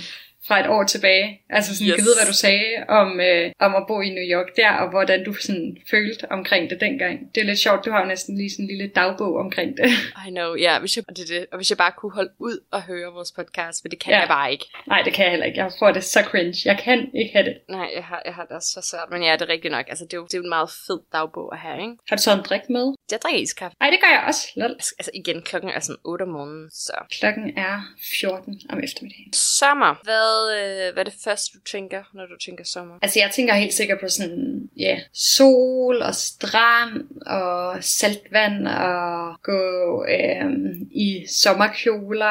Speaker 5: fra et år tilbage. Altså sådan, yes.
Speaker 6: Yes.
Speaker 5: kan vide, hvad du sagde om, øh, om at bo i New York der, og hvordan du sådan følte omkring det dengang. Det er lidt sjovt, du har jo næsten lige sådan en lille dagbog omkring det. *laughs*
Speaker 6: I know, ja, yeah, hvis jeg, og det, er det, og hvis jeg bare kunne holde ud og høre vores podcast, for det kan
Speaker 5: Ja.
Speaker 6: jeg bare ikke.
Speaker 5: Nej, det kan jeg heller ikke. Jeg tror, det er så cringe. Jeg kan ikke have det.
Speaker 6: Nej, jeg har, jeg har det også så svært, men ja, det er rigtigt nok. Altså, det er jo, det er jo en meget fed dagbog at have, ikke?
Speaker 5: Har du taget en drik med?
Speaker 6: Jeg drikker iskaffe.
Speaker 5: Nej, det gør jeg også. Lol.
Speaker 6: Altså- Altså igen, klokken er sådan 8 om morgenen, så...
Speaker 5: Klokken er 14 om eftermiddagen.
Speaker 6: Sommer. Hvad, øh, hvad er det første, du tænker, når du tænker sommer?
Speaker 5: Altså, jeg tænker helt sikkert på sådan, ja, yeah, sol og strand og saltvand og gå øhm, i sommerkjoler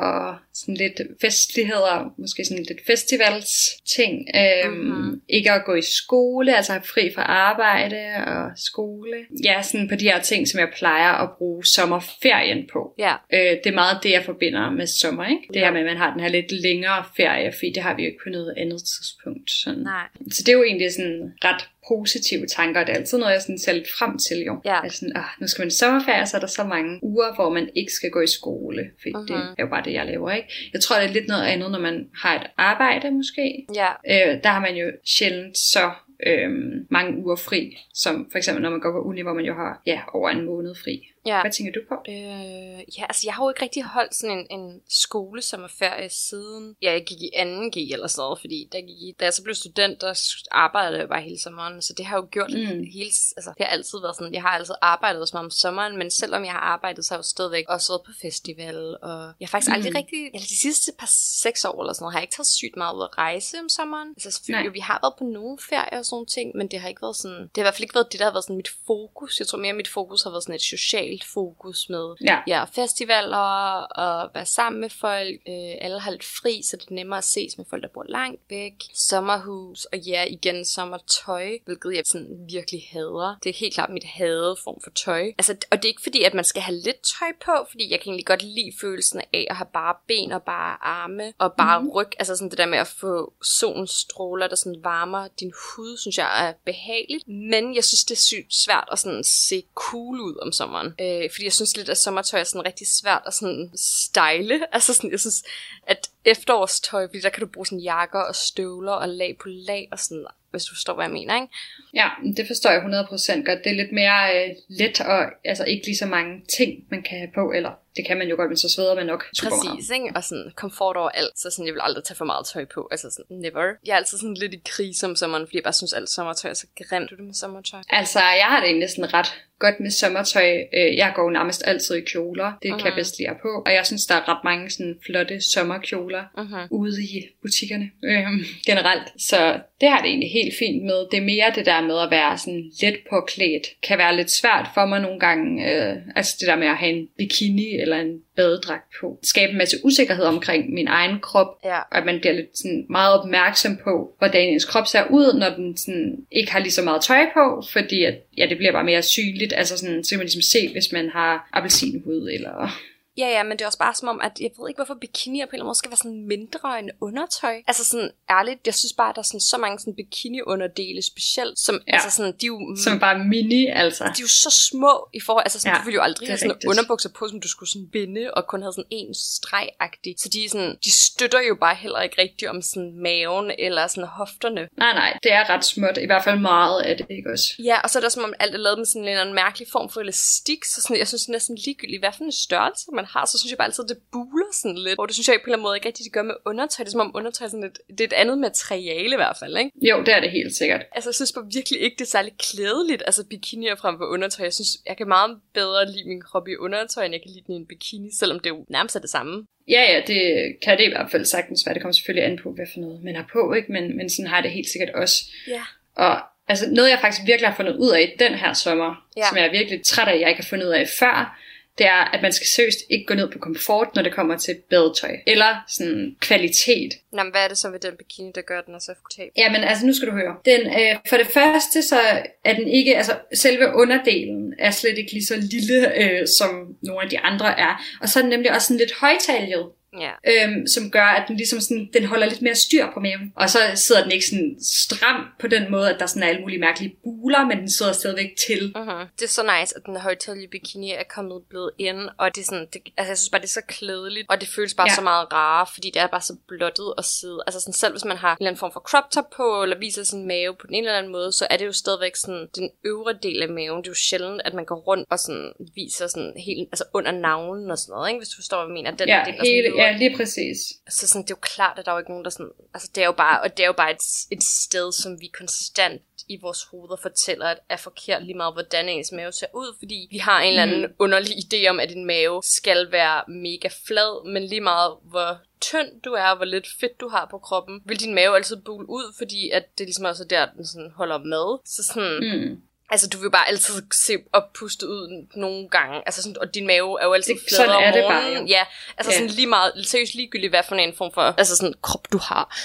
Speaker 5: og sådan lidt festligheder, måske sådan lidt festivals ting. Øhm,
Speaker 6: Mhm.
Speaker 5: Ikke at gå i skole, altså have fri fra arbejde og skole. Ja, sådan på de her ting, som jeg plejer at bruge sommerferien på.
Speaker 6: Ja.
Speaker 5: Øh, det er meget det, jeg forbinder med sommer, ikke? Det
Speaker 6: Ja.
Speaker 5: her med, at man har den her lidt længere ferie, fordi det har vi jo ikke på noget andet tidspunkt. Sådan.
Speaker 6: Nej.
Speaker 5: Så det er jo egentlig sådan ret positive tanker, og det er altid noget, jeg sådan ser lidt frem til jo.
Speaker 6: Ja.
Speaker 5: Altså sådan, åh, nu skal man i sommerferie, og så er der så mange uger, hvor man ikke skal gå i skole, fordi uh-huh. det
Speaker 6: Mhm.
Speaker 5: er jo bare det, jeg laver, ikke? Jeg tror, det er lidt noget andet, når man har et arbejde måske.
Speaker 6: Ja.
Speaker 5: Øh, der har man jo sjældent så øhm, mange uger fri, som for eksempel når man går på uni, hvor man jo har ja, over en måned fri.
Speaker 6: Ja.
Speaker 5: Hvad tænker du på?
Speaker 6: Øh, ja, altså jeg har jo ikke rigtig holdt sådan en, en skole som er ferie siden ja, jeg gik i 2G eller sådan noget, fordi der gik i, da jeg så blev student, der s- arbejdede jeg jo bare hele sommeren, så det har jo gjort
Speaker 5: Mm.
Speaker 6: mm. hele, s- altså det har altid været sådan, jeg har altid arbejdet som om sommeren, men selvom jeg har arbejdet, så har jeg jo stadigvæk også været på festival, og jeg har faktisk mm. aldrig
Speaker 5: Mm.
Speaker 6: rigtig, eller de sidste par seks år eller sådan noget, har jeg ikke taget sygt meget ud at rejse om sommeren. Altså selvfølgelig,
Speaker 5: Nej.
Speaker 6: jo, vi har været på nogle ferier og sådan nogle ting, men det har ikke været sådan, det har i hvert fald ikke været det, der har været sådan mit fokus. Jeg tror mere, mit fokus har været sådan et socialt fokus med
Speaker 5: Ja.
Speaker 6: ja, festivaler og være sammen med folk. Øh, alle har lidt fri, så det er nemmere at ses med folk, der bor langt væk. Sommerhus og ja, igen sommertøj, hvilket jeg sådan virkelig hader. Det er helt klart mit hade form for tøj. Altså, og det er ikke fordi, at man skal have lidt tøj på, fordi jeg kan egentlig godt lide følelsen af at have bare ben og bare arme og bare mm. ryg. Altså sådan det der med at få solens stråler, der sådan varmer din hud, synes jeg er behageligt. Men jeg synes, det er sygt svært at sådan se cool ud om sommeren. Øh, fordi jeg synes lidt, at sommertøj er sådan rigtig svært at sådan style. *laughs* Altså sådan, jeg synes, at efterårstøj, fordi der kan du bruge sådan jakker og støvler og lag på lag og sådan, hvis du forstår, hvad jeg mener, ikke?
Speaker 5: Ja, det forstår jeg 100% godt. Det er lidt mere øh, let og altså ikke lige så mange ting, man kan have på, eller det kan man jo godt, men så sveder man nok super meget.
Speaker 6: Præcis, ikke? Og sådan komfort over alt, så sådan, jeg vil aldrig tage for meget tøj på. Altså sådan, never. Jeg er altid sådan lidt i krig om sommeren, fordi jeg bare synes, alt sommertøj er så grimt. Du det med sommertøj?
Speaker 5: Altså, jeg har det egentlig sådan ret godt med sommertøj. Øh, Jeg går jo nærmest altid i kjoler. Det kan jeg
Speaker 6: Mhm.
Speaker 5: bedst lide at have på. Og jeg synes, der er ret mange sådan flotte sommerkjoler
Speaker 6: Mhm.
Speaker 5: ude i butikkerne øhm, generelt. Så det har jeg det egentlig helt fint med. Det er mere det der med at være sådan let påklædt. Kan være lidt svært for mig nogle gange. Øh, altså det der med at have en bikini eller en badedragt på. Skabe en masse usikkerhed omkring min egen krop.
Speaker 6: Ja.
Speaker 5: Og at man bliver lidt sådan meget opmærksom på, hvordan ens krop ser ud, når den sådan ikke har lige så meget tøj på, fordi at, ja, det bliver bare mere synligt. Altså sådan, så kan man ligesom se, hvis man har appelsinhud eller...
Speaker 6: Ja, ja, men det er også bare som om, at jeg ved ikke, hvorfor bikinier på en eller anden måde skal være sådan mindre end undertøj. Altså sådan, ærligt, jeg synes bare, at der er sådan, så mange sådan bikini-underdele specielt, som,
Speaker 5: Ja.
Speaker 6: ja. altså sådan, de er jo
Speaker 5: Som bare mini, altså.
Speaker 6: de er jo så små i forhold, altså sådan,
Speaker 5: Ja,
Speaker 6: ja, du ville jo aldrig
Speaker 5: det er
Speaker 6: have sådan
Speaker 5: rigtigt.
Speaker 6: rigtigt. underbukser på, som du skulle sådan binde, og kun havde sådan en streg -agtig. Så de, er sådan, de støtter jo bare heller ikke rigtigt om sådan maven eller sådan hofterne.
Speaker 5: Nej, nej, det er ret småt. I hvert fald meget af det, ikke også?
Speaker 6: Ja, og så er det også, som om alt er lavet med sådan en eller anden mærkelig form for elastik, så sådan, jeg synes næsten ligegyldigt, hvad for en størrelse man har, så synes jeg bare altid, det buler sådan lidt. Og det synes jeg på en eller anden måde ikke rigtigt, det gør med undertøj. Det er som om undertøj er sådan et, det er et andet materiale i hvert fald, ikke?
Speaker 5: Jo, det er det helt sikkert.
Speaker 6: Altså, jeg synes bare virkelig ikke, det er særlig klædeligt, altså bikinier frem for undertøj. Jeg synes, jeg kan meget bedre lide min krop i undertøj, end jeg kan lide den i en bikini, selvom det jo nærmest er det samme.
Speaker 5: Ja, ja, det kan det i hvert fald sagtens være. Det kommer selvfølgelig an på, hvad for noget man har på, ikke? Men, men sådan har jeg det helt sikkert også.
Speaker 6: Ja.
Speaker 5: Og altså, noget, jeg faktisk virkelig har fundet ud af i den her sommer, ja.
Speaker 6: Ja.
Speaker 5: som jeg er virkelig træt af, jeg ikke har fundet ud af før, det er, at man skal seriøst ikke gå ned på komfort, når det kommer til badetøj. Eller sådan kvalitet.
Speaker 6: Nå, men hvad er det så ved den bikini, der gør, at den er så komfortabel?
Speaker 5: Jamen, altså, nu skal du høre. Den, øh, for det første, så er den ikke, altså, selve underdelen er slet ikke lige så lille, øh, som nogle af de andre er. Og så er den nemlig også sådan lidt højtalget.
Speaker 6: Ja.
Speaker 5: øhm, som gør, at den ligesom sådan, den holder lidt mere styr på maven. Og så sidder den ikke sådan stram på den måde, at der sådan er alle mulige mærkelige buler, men den sidder stadigvæk til.
Speaker 6: Uh-huh. Det er så nice, at den højtallige bikini er kommet blevet ind, og det er sådan, det, altså jeg synes bare, det er så klædeligt, og det føles bare
Speaker 5: Ja.
Speaker 6: ja. så meget rarere, fordi det er bare så blottet at sidde. Altså sådan, selv hvis man har en eller anden form for crop top på, eller viser sin mave på den ene eller anden måde, så er det jo stadigvæk sådan, den øvre del af maven, det er jo sjældent, at man går rundt og sådan viser sådan helt, altså under navlen og sådan noget, ikke? hvis du forstår, hvad jeg mener. Den
Speaker 5: Ja,
Speaker 6: del, der sådan
Speaker 5: hele,
Speaker 6: øvre
Speaker 5: ja, lige præcis.
Speaker 6: så Altså, sådan, det er jo klart, at der er jo ikke nogen, der sådan... Altså, det er jo bare, og det er jo bare et, et sted, som vi konstant i vores hoveder fortæller, at er forkert lige meget, hvordan ens mave ser ud, fordi vi har en eller anden mm. underlig idé om, at din mave skal være mega flad, men lige meget, hvor tynd du er, og hvor lidt fedt du har på kroppen, vil din mave altid bule ud, fordi at det ligesom også er der, den sådan holder med. Så sådan,
Speaker 5: Mm.
Speaker 6: Altså, du vil bare altid se oppustet ud nogle gange. Altså, sådan, og din mave er jo altid
Speaker 5: Det-
Speaker 6: fladere
Speaker 5: sådan er
Speaker 6: om
Speaker 5: det bare,
Speaker 6: morgenen.
Speaker 5: jo.
Speaker 6: Ja, altså
Speaker 5: Ja.
Speaker 6: sådan lige meget, seriøst ligegyldigt, hvad for en form for altså sådan, krop du har.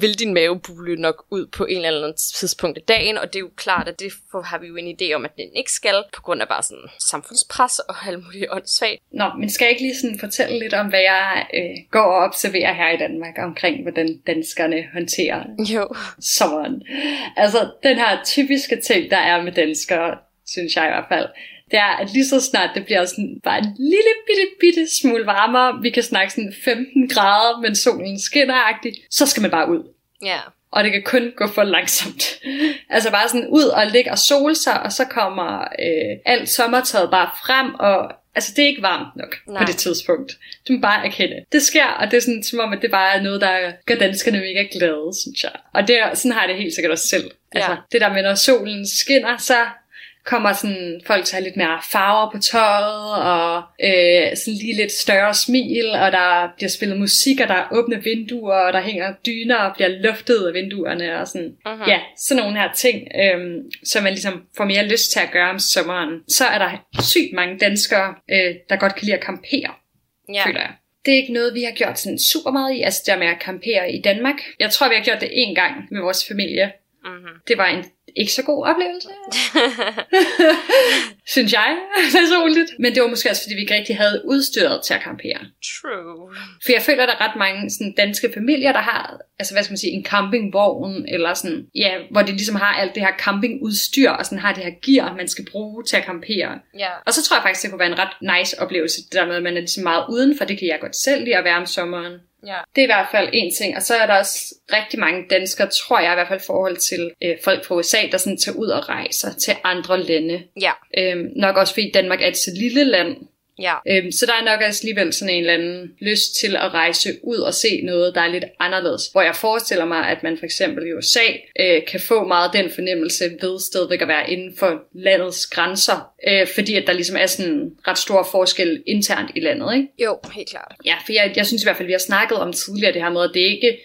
Speaker 6: vil din mave bule nok ud på en eller anden tidspunkt af dagen, og det er jo klart, at det får- har vi jo en idé om, at den ikke skal, på grund af bare sådan samfundspres og *laughs* alt muligt åndssvagt.
Speaker 5: Nå, men skal jeg ikke lige sådan fortælle lidt om, hvad jeg øh, går og observerer her i Danmark omkring, hvordan danskerne håndterer
Speaker 6: Jo.
Speaker 5: sommeren. Altså, den her typiske ting, der er med danskere, synes jeg i hvert fald, det er, at lige så snart det bliver sådan bare en lille bitte, bitte smule varmere, vi kan snakke sådan 15 grader, men solen skinner så skal man bare ud.
Speaker 6: Ja.
Speaker 5: Og det kan kun gå for langsomt. *laughs* Altså bare sådan ud og ligge og sole sig, og så kommer øh, alt sommertøjet bare frem, og altså det er ikke varmt nok Nej.
Speaker 6: Nej.
Speaker 5: på det tidspunkt. Du må bare erkende. Det sker, og det er sådan som om, at det bare er noget, der gør danskerne mega glade, synes jeg. Og det, er- sådan har jeg det helt sikkert også selv. Altså
Speaker 6: Ja.
Speaker 5: det der med, når solen skinner, så kommer sådan folk til at have lidt mere farver på tøjet, og øh, sådan lige lidt større smil, og der bliver spillet musik, og der er åbne vinduer, og der hænger dyner og bliver luftet af vinduerne, og sådan,
Speaker 6: Mhm.
Speaker 5: uh-huh. ja, sådan nogle her ting, øh, som man ligesom får mere lyst til at gøre om sommeren. Så er der sygt mange danskere, øh, der godt kan lide at campere
Speaker 6: Ja.
Speaker 5: føler jeg. Det er ikke noget, vi har gjort sådan super meget i, altså det der med at campere i Danmark. Jeg tror, vi har gjort det én gang med vores familie.
Speaker 6: Mhm.
Speaker 5: Det var en ikke så god
Speaker 6: *laughs*
Speaker 5: oplevelse, synes jeg personligt. Men det var måske også, fordi vi ikke rigtig havde udstyret til at campere.
Speaker 6: True.
Speaker 5: For jeg føler, at der er ret mange sådan, danske familier, der har altså, hvad skal man sige, en campingvogn, eller sådan, ja, hvor de ligesom har alt det her campingudstyr, og sådan har det her gear, man skal bruge til at campere.
Speaker 6: Ja.
Speaker 5: Og så tror jeg faktisk, det kunne være en ret nice oplevelse, det der med, at man er ligesom meget udenfor, det kan jeg godt selv lide at være om sommeren.
Speaker 6: Ja.
Speaker 5: Det er i hvert fald en ting, og så er der også rigtig mange danskere, tror jeg i hvert fald i forhold til øh, folk fra USA, der sådan tager ud og rejser til andre lande.
Speaker 6: Ja.
Speaker 5: Øhm, nok også fordi Danmark er et så lille land,
Speaker 6: Ja.
Speaker 5: øhm, så der er nok også alligevel sådan en eller anden lyst til at rejse ud og se noget, der er lidt anderledes. Hvor jeg forestiller mig, at man for eksempel i USA øh, kan få meget den fornemmelse ved stadigvæk at være inden for landets grænser, øh, fordi at der ligesom er sådan ret stor forskel internt i landet, ikke?
Speaker 6: Jo, helt klart.
Speaker 5: Ja, for jeg, jeg synes i hvert fald, vi har snakket om tidligere det her med, at det er ikke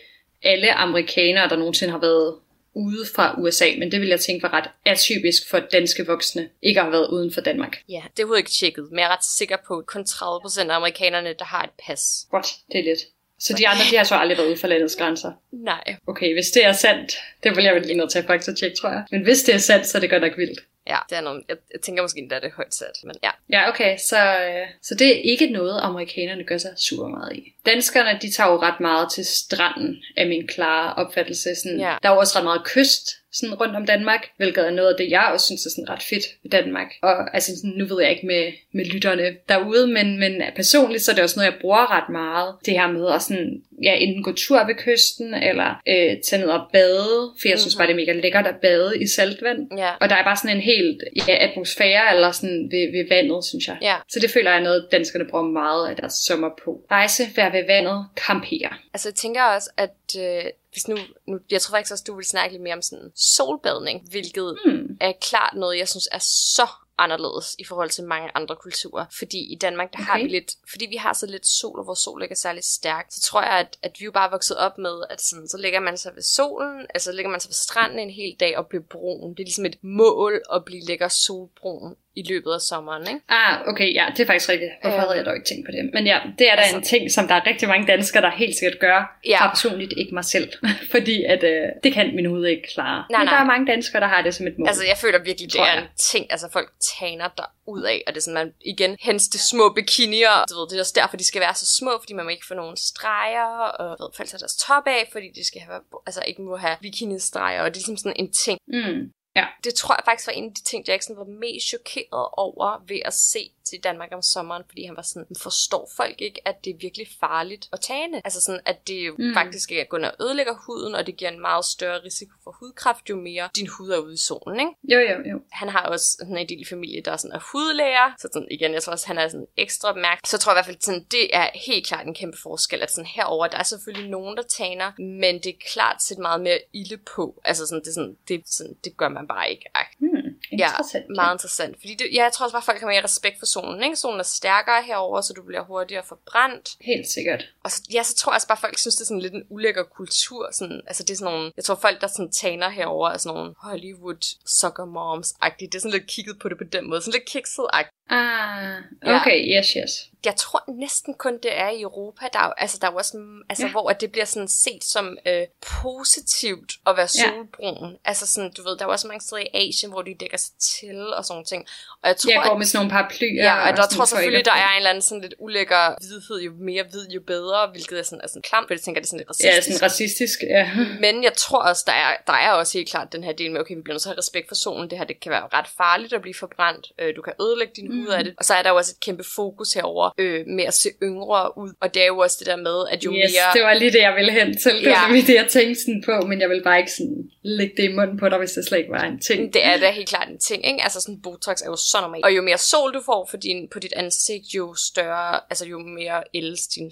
Speaker 5: alle amerikanere, der nogensinde har været ude fra USA, men det vil jeg tænke var ret atypisk for danske voksne, ikke at have været uden for Danmark.
Speaker 6: Ja, det er overhovedet ikke tjekket, men jeg er ret sikker på, at kun 30% af amerikanerne, der har et pas.
Speaker 5: What? Det er lidt. Så de andre, de har så aldrig været ude for landets grænser.
Speaker 6: Nej.
Speaker 5: Okay, hvis det er sandt, det vil jeg vel lige nødt til at faktatjekke, tror jeg. Men hvis det er sandt, så er det godt nok vildt.
Speaker 6: Ja, det er noget, jeg, jeg tænker måske endda, det er højt sat, men ja.
Speaker 5: Ja, okay, så, øh, så det er ikke noget, amerikanerne gør sig super meget i. Danskerne, de tager jo ret meget til stranden, af min klare opfattelse. Sådan,
Speaker 6: Ja.
Speaker 5: Der er jo også ret meget kyst sådan rundt om Danmark, hvilket er noget af det, jeg også synes er sådan ret fedt ved Danmark. Og altså, sådan, nu ved jeg ikke med, med lytterne derude, men, men personligt så er det også noget, jeg bruger ret meget. Det her med at sådan, ja, enten gå tur ved kysten, eller øh, tage ned og bade, for jeg synes bare, det er mega lækkert at bade i saltvand.
Speaker 6: Ja.
Speaker 5: Og der er bare sådan en helt ja, atmosfære eller sådan ved, ved vandet, synes jeg.
Speaker 6: Ja.
Speaker 5: Så det føler jeg er noget, danskerne bruger meget af deres sommer på. Rejse, være ved vandet, campere.
Speaker 6: Altså, jeg tænker også, at øh, hvis nu, nu... Jeg tror faktisk også, du vil snakke lidt mere om sådan solbadning, hvilket
Speaker 5: Hmm.
Speaker 6: er klart noget, jeg synes er så anderledes i forhold til mange andre kulturer. Fordi i Danmark, der okay. har
Speaker 5: Okay.
Speaker 6: vi lidt, fordi vi har så lidt sol, og vores sol ikke er særlig stærk, så tror jeg, at, at vi jo bare er vokset op med, at sådan, så ligger man sig ved solen, altså ligger man sig ved stranden en hel dag og bliver brun. Det er ligesom et mål at blive lækker solbrun i løbet af sommeren, ikke?
Speaker 5: Ah, okay, ja, det er faktisk rigtigt. Hvorfor
Speaker 6: Øh.
Speaker 5: havde jeg dog ikke tænkt på det? Men ja, det er da
Speaker 6: Altså-
Speaker 5: altså... en ting, som der er rigtig mange danskere, der helt sikkert gør.
Speaker 6: Ja.
Speaker 5: Og personligt ikke mig selv. *laughs* Fordi at, øh, det kan min hud ikke klare.
Speaker 6: Nej,
Speaker 5: men
Speaker 6: nej.
Speaker 5: der er mange danskere, der har det som et mål.
Speaker 6: Altså, jeg føler virkelig, det
Speaker 5: Mm. Tror
Speaker 6: er
Speaker 5: jeg.
Speaker 6: en ting, altså folk taner der ud af, og det er sådan, man igen hens de små bikinier, du ved, det er også derfor, de skal være så små, fordi man må ikke få nogen streger, og du ved, folk tager deres top af, fordi de skal have, altså ikke må have bikinistreger, og det er ligesom sådan en ting.
Speaker 5: Mm.
Speaker 6: Det tror jeg faktisk var en af de ting, Jackson var mest chokeret over ved at se til Danmark om sommeren, fordi han var sådan, "Men forstår folk ikke, at det er virkelig farligt at tane? Altså sådan, at det mm.
Speaker 5: Mm.
Speaker 6: faktisk ikke går ind og ødelægger huden, og det giver en meget større risiko for hudkræft, jo mere din hud er ude i solen, ikke?
Speaker 5: Jo, jo, jo.
Speaker 6: han har også sådan en del i familie, der sådan er hudlæger, så sådan igen, jeg tror også, han er sådan ekstra opmærksom. Så tror jeg i hvert fald, sådan, det er helt klart en kæmpe forskel, at sådan herover der er selvfølgelig nogen, der taner, men det er klart set meget mere ilde på. Altså sådan, det, er sådan, det, er sådan, det gør man bare ikke.
Speaker 5: Hmm.
Speaker 6: Ja,
Speaker 5: Interessant.
Speaker 6: meget interessant. Fordi det, ja, jeg tror også bare, folk har mere respekt for solen. Ikke? Solen er stærkere herover, så du bliver hurtigere forbrændt.
Speaker 5: Helt sikkert.
Speaker 6: Og så, ja, så tror jeg også bare, folk synes, det er sådan lidt en ulækker kultur. Sådan, altså det er sådan nogle, jeg tror folk, der sådan taner herover er sådan nogle Hollywood sucker moms -agtige. Det er sådan lidt kigget på det på den måde. Sådan lidt kikset -agtigt.
Speaker 5: Ah,
Speaker 6: Ja.
Speaker 5: okay, yes, yes.
Speaker 6: Jeg tror næsten kun, det er i Europa, der, er jo- altså, der er jo også, mm, altså, ja.
Speaker 5: Ja.
Speaker 6: hvor at det bliver sådan set som øh, positivt at være
Speaker 5: Ja.
Speaker 6: solbrun. Altså sådan, du ved, der er jo også mange steder i Asien, hvor de dækker sig til og sådan nogle ting. Og jeg tror,
Speaker 5: Jeg går
Speaker 6: at-
Speaker 5: med sådan nogle paraplyer.
Speaker 6: Ja, og der
Speaker 5: sådan
Speaker 6: tror
Speaker 5: for ikke
Speaker 6: selvfølgelig,
Speaker 5: at-
Speaker 6: der er en eller anden sådan lidt ulækker hvidhed, jo mere hvid, jo bedre, hvilket er sådan, er sådan klamt, for jeg tænker, det er sådan lidt
Speaker 5: Ja,
Speaker 6: racistisk.
Speaker 5: sådan racistisk, ja.
Speaker 6: Men jeg tror også, der er, der er også helt klart den her del med, okay, vi bliver nødt til at have respekt for solen. Det her, det kan være ret farligt at blive forbrændt. Øh, du kan ødelægge din mm. hud
Speaker 5: Mhm.
Speaker 6: af det. Og så er der jo også et kæmpe fokus herover øh, med at se yngre ud. Og det er jo også det der med, at jo
Speaker 5: yes,
Speaker 6: mere...
Speaker 5: det var lige det, jeg ville hen til. Det
Speaker 6: Ja.
Speaker 5: var nemlig det, jeg tænkte sådan på, men jeg ville bare ikke sådan lægge det i munden på dig, hvis det slet ikke var en ting.
Speaker 6: Det er da helt klart en ting, ikke? Altså sådan botox er jo så normalt. Og jo mere sol du får for din, på dit ansigt, jo større, altså jo mere ældes din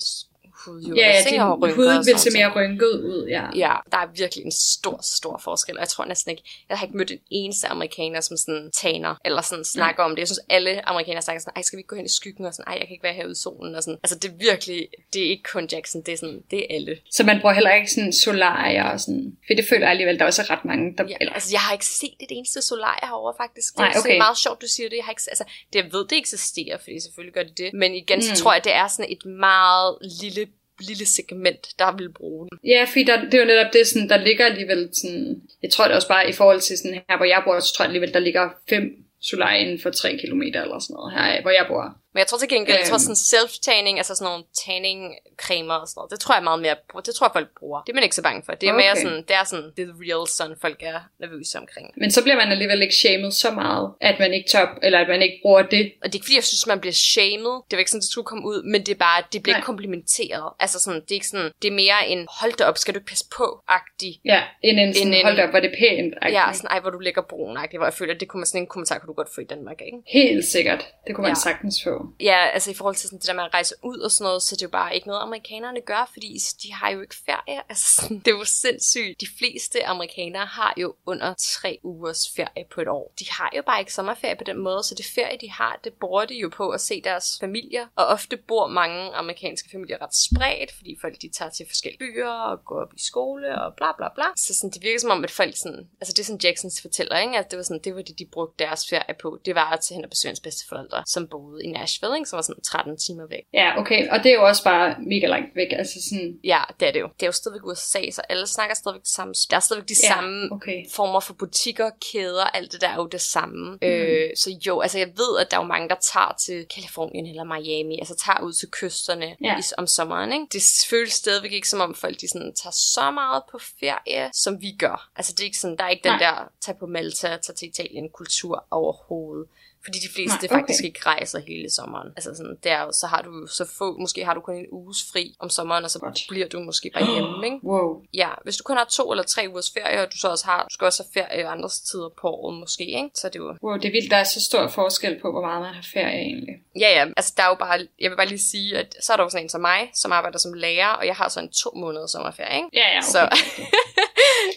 Speaker 6: hud, jo
Speaker 5: ja,
Speaker 6: mere
Speaker 5: ja,
Speaker 6: singer og
Speaker 5: din
Speaker 6: rynker og
Speaker 5: hud
Speaker 6: sådan
Speaker 5: vil se
Speaker 6: nogle
Speaker 5: mere rynket ud, ja.
Speaker 6: Ja, der er virkelig en stor, stor forskel, og jeg tror næsten ikke, jeg har ikke mødt en eneste amerikaner, som sådan taner, eller
Speaker 5: Mm.
Speaker 6: sådan snakker om det. Jeg synes, alle amerikanere snakker sådan, ej, skal vi ikke gå hen i skyggen, og sådan, ej, jeg kan ikke være herude i solen, og sådan. Altså, det er virkelig, det er ikke kun Jackson, det er sådan, det er alle.
Speaker 5: Så man bruger heller ikke sådan solarier og sådan. For det føler jeg alligevel, der også er ret mange, der...
Speaker 6: Ja,
Speaker 5: eller,
Speaker 6: altså, jeg har ikke set et eneste solarie herovre, faktisk. Det er,
Speaker 5: Nej,
Speaker 6: så det er
Speaker 5: okay.
Speaker 6: meget sjovt, du siger det. Jeg, har ikke, altså, det, jeg ved, det eksisterer, fordi selvfølgelig gør det det. Men igen, mm. så
Speaker 5: Mm.
Speaker 6: tror jeg, det er sådan et meget lille lille segment, der vil bruge den.
Speaker 5: Ja, fordi der, det er jo netop det, sådan, der ligger alligevel sådan, jeg tror det også bare i forhold til sådan her, hvor jeg bor, så tror jeg alligevel, der ligger fem solarier inden for 3 km eller sådan noget her, hvor jeg bor.
Speaker 6: Men jeg tror til gengæld, jeg tror
Speaker 5: Øhm.
Speaker 6: sådan self-tanning, altså sådan nogle tanning-cremer og sådan noget, det tror jeg meget mere, det tror jeg folk bruger. Det er man ikke så bange for. Det er okay. mere
Speaker 5: Okay.
Speaker 6: sådan, det er sådan, det er the real sådan, folk er nervøse omkring.
Speaker 5: Men så bliver man alligevel ikke shamed så meget, at man ikke top, eller at man ikke bruger det.
Speaker 6: Og det er ikke fordi, jeg synes, man bliver shamed. Det var ikke sådan, det skulle komme ud, men det er bare, det bliver
Speaker 5: Nej.
Speaker 6: ikke komplimenteret. Altså sådan, det er ikke sådan, det er mere en, hold da op, skal du ikke passe på-agtig.
Speaker 5: Ja, end en sådan,
Speaker 6: End en-
Speaker 5: hold da op, hvor det er pænt.
Speaker 6: Ja, sådan, ej, hvor du ligger brun, agtig, hvor jeg føler, at det kunne man sådan en kommentar, kunne du godt få i Danmark, ikke?
Speaker 5: Helt sikkert. Det kunne man
Speaker 6: Ja.
Speaker 5: ja. sagtens få.
Speaker 6: Ja, altså i forhold til sådan det der med at rejse ud og sådan noget, så det er jo bare ikke noget, amerikanerne gør, fordi de har jo ikke ferie. *laughs* Altså sådan, det er jo sindssygt. De fleste amerikanere har jo under tre ugers ferie på et år. De har jo bare ikke sommerferie på den måde, så det ferie, de har, det bruger de jo på at se deres familier. Og ofte bor mange amerikanske familier ret spredt, fordi folk de tager til forskellige byer og går op i skole og bla bla bla. Så sådan, det virker som om, at folk sådan, altså det er sådan Jacksons fortæller, ikke? At det var sådan, det var det, de brugte deres ferie på. Det var at tage hen og besøge hans bedsteforældre, som boede i Nashville, ikke? Som var sådan 13 timer væk.
Speaker 5: Ja, okay. Og det er jo også bare mega langt væk. Altså sådan,
Speaker 6: Ja, det er det jo. Det er jo stadigvæk USA, så alle snakker stadigvæk det samme. Der er stadigvæk de
Speaker 5: Ja,
Speaker 6: samme
Speaker 5: okay. Mhm.
Speaker 6: former for butikker, kæder, alt det der er jo det samme. Mm. Øh, så jo, altså jeg ved, at der er jo mange, der tager til Kalifornien eller Miami, altså tager ud til kysterne ja.
Speaker 5: Ja.
Speaker 6: i, om sommeren. Ikke? Det føles stadigvæk ikke som om folk de sådan, tager så meget på ferie, som vi gør. Altså det er ikke sådan, der er ikke den
Speaker 5: Nej.
Speaker 6: der tag på Malta, tag til Italien kultur overhovedet. Fordi de fleste
Speaker 5: Nej,
Speaker 6: Nej, okay. faktisk
Speaker 5: okay.
Speaker 6: ikke rejser hele sommeren. Altså sådan, der, er jo- så har du jo så få, måske har du kun en uges fri om sommeren, og så
Speaker 5: Godt.
Speaker 6: bliver du måske bare hjemme, ikke?
Speaker 5: wow.
Speaker 6: Ja, hvis du kun har to eller tre ugers ferie, og du så også har, du skal også have ferie andre tider på året måske, ikke? Så det er jo...
Speaker 5: Wow, det er vildt. Der er så stor forskel på, hvor meget man har ferie egentlig.
Speaker 6: Ja, ja, altså der er jo bare, jeg vil bare lige sige, at så er der jo sådan en som mig, som arbejder som lærer, og jeg har så en to måneder sommerferie, ikke?
Speaker 5: Ja, ja. Okay. Så.
Speaker 6: Så *laughs*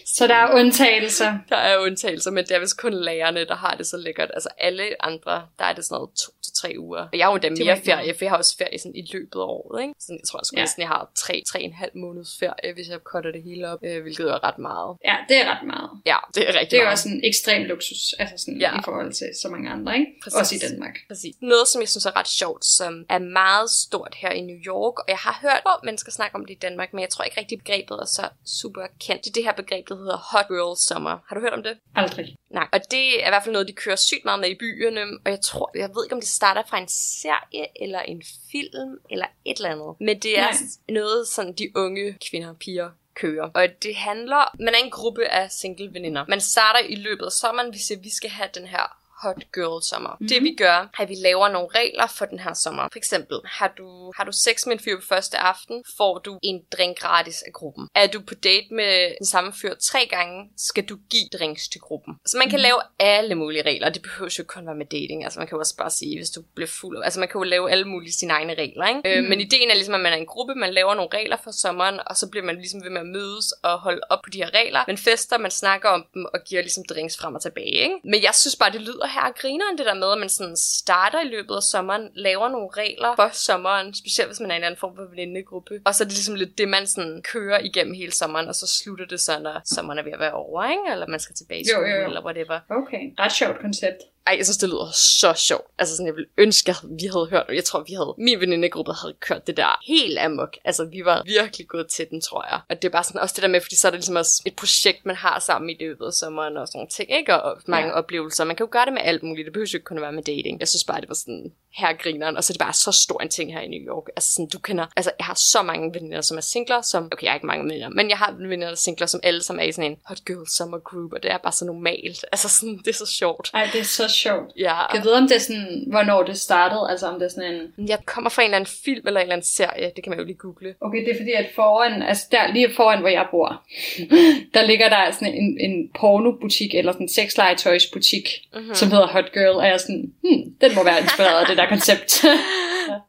Speaker 5: så der er undtagelser.
Speaker 6: der er jo undtagelser, men det er vist kun lærerne, der har det så lækkert. Altså alle andre, der er det sådan noget to til tre uger. Og jeg har jo
Speaker 5: Det
Speaker 6: da
Speaker 5: var
Speaker 6: mere
Speaker 5: ikke meget.
Speaker 6: ferie, for jeg har også ferie sådan i løbet af året, ikke? Sådan, jeg tror sgu
Speaker 5: Ja.
Speaker 6: næsten, jeg har tre, tre og en halv måneds ferie, hvis jeg cutter det hele op, øh, hvilket er ret meget.
Speaker 5: Ja, det er ret meget.
Speaker 6: Ja, det er rigtig
Speaker 5: Det er jo
Speaker 6: meget.
Speaker 5: også en ekstrem luksus, altså sådan
Speaker 6: Ja.
Speaker 5: ja. i forhold til så mange andre, ikke?
Speaker 6: Præcis.
Speaker 5: Præcis. Også i Danmark.
Speaker 6: Præcis. Noget, som jeg synes er ret sjovt, som er meget stort her i New York, og jeg har hørt om mennesker snakke om det i Danmark, men jeg tror ikke rigtig begrebet er så super kendt. Det er det her begreb, der hedder Hot Girl Summer. Har du hørt om det?
Speaker 5: Aldrig.
Speaker 6: Nej, og det er i hvert fald noget, de kører sygt meget med i byerne, og jeg tror, jeg ved ikke, om det starter fra en serie, eller en film, eller et eller andet. Men det er
Speaker 5: Nej.
Speaker 6: noget, sådan de unge kvinder og piger kører. Og det handler, man er en gruppe af single veninder. Man starter i løbet af sommeren, vi siger, vi skal have den her hot girl sommer. Mm-hmm. Det vi gør, er, at vi laver nogle regler for den her sommer. For eksempel, har du, har du sex med en fyr på første aften, får du en drink gratis af gruppen. Er du på date med den samme fyr tre gange, skal du give drinks til gruppen. Så man kan lave alle mulige regler, og det behøver jo ikke kun være med dating. Altså man kan jo også bare sige, hvis du bliver fuld. Altså man kan jo lave alle mulige sine egne regler. Ikke?
Speaker 5: Mhm.
Speaker 6: Mm. Øh, men ideen er ligesom, at man er en gruppe, man laver nogle regler for sommeren, og så bliver man ligesom ved med at mødes og holde op på de her regler. Man fester, man snakker om dem og giver ligesom drinks frem og tilbage. Ikke? Men jeg synes bare, det lyder her og grineren, det der med, at man sådan starter i løbet af sommeren, laver nogle regler for sommeren, specielt hvis man er i en eller anden form for venindegruppe. Og så er det ligesom lidt det, man sådan kører igennem hele sommeren, og så slutter det så, når sommeren er ved at være over, ikke? eller man skal tilbage i
Speaker 5: Jo, jo,
Speaker 6: skole,
Speaker 5: jo.
Speaker 6: eller whatever.
Speaker 5: Okay, ret sjovt koncept.
Speaker 6: Ej, jeg synes, det lyder så sjovt. Altså sådan, jeg ville ønske, at vi havde hørt, og jeg tror, vi havde, min venindegruppe havde kørt det der helt amok. Altså, vi var virkelig gået til den, tror jeg. Og det er bare sådan, også det der med, fordi så er det ligesom også et projekt, man har sammen i løbet af sommeren og sådan nogle ting, ikke? Og mange
Speaker 5: Ja.
Speaker 6: ja. oplevelser. Man kan jo gøre det med alt muligt. Det behøver jo ikke kun at være med dating. Jeg synes bare, det var sådan her grineren, og så er det bare så stor en ting her i New York. Altså sådan, du kender, altså jeg har så mange veninder, som er singler, som, okay, jeg har ikke mange veninder, men jeg har veninder, der er singler, som alle sammen er i sådan en hot girl summer group, og det er bare så normalt. Altså sådan, det er så sjovt.
Speaker 5: Ej, det er så sjovt.
Speaker 6: Ja.
Speaker 5: Jeg ved, om det er sådan, hvornår det startede, altså om det er sådan en...
Speaker 6: Men Jeg kommer fra en eller anden film eller en eller anden serie, det kan man jo lige google.
Speaker 5: Okay, det er fordi, at foran, altså der, lige foran, hvor jeg bor,
Speaker 6: Mhm.
Speaker 5: der ligger der sådan en, en pornobutik, eller sådan en sexlegetøjsbutik,
Speaker 6: Mhm.
Speaker 5: mm-hmm. som hedder Hot Girl, og jeg er sådan, hmm, den må være inspireret af det der
Speaker 6: *laughs*
Speaker 5: koncept.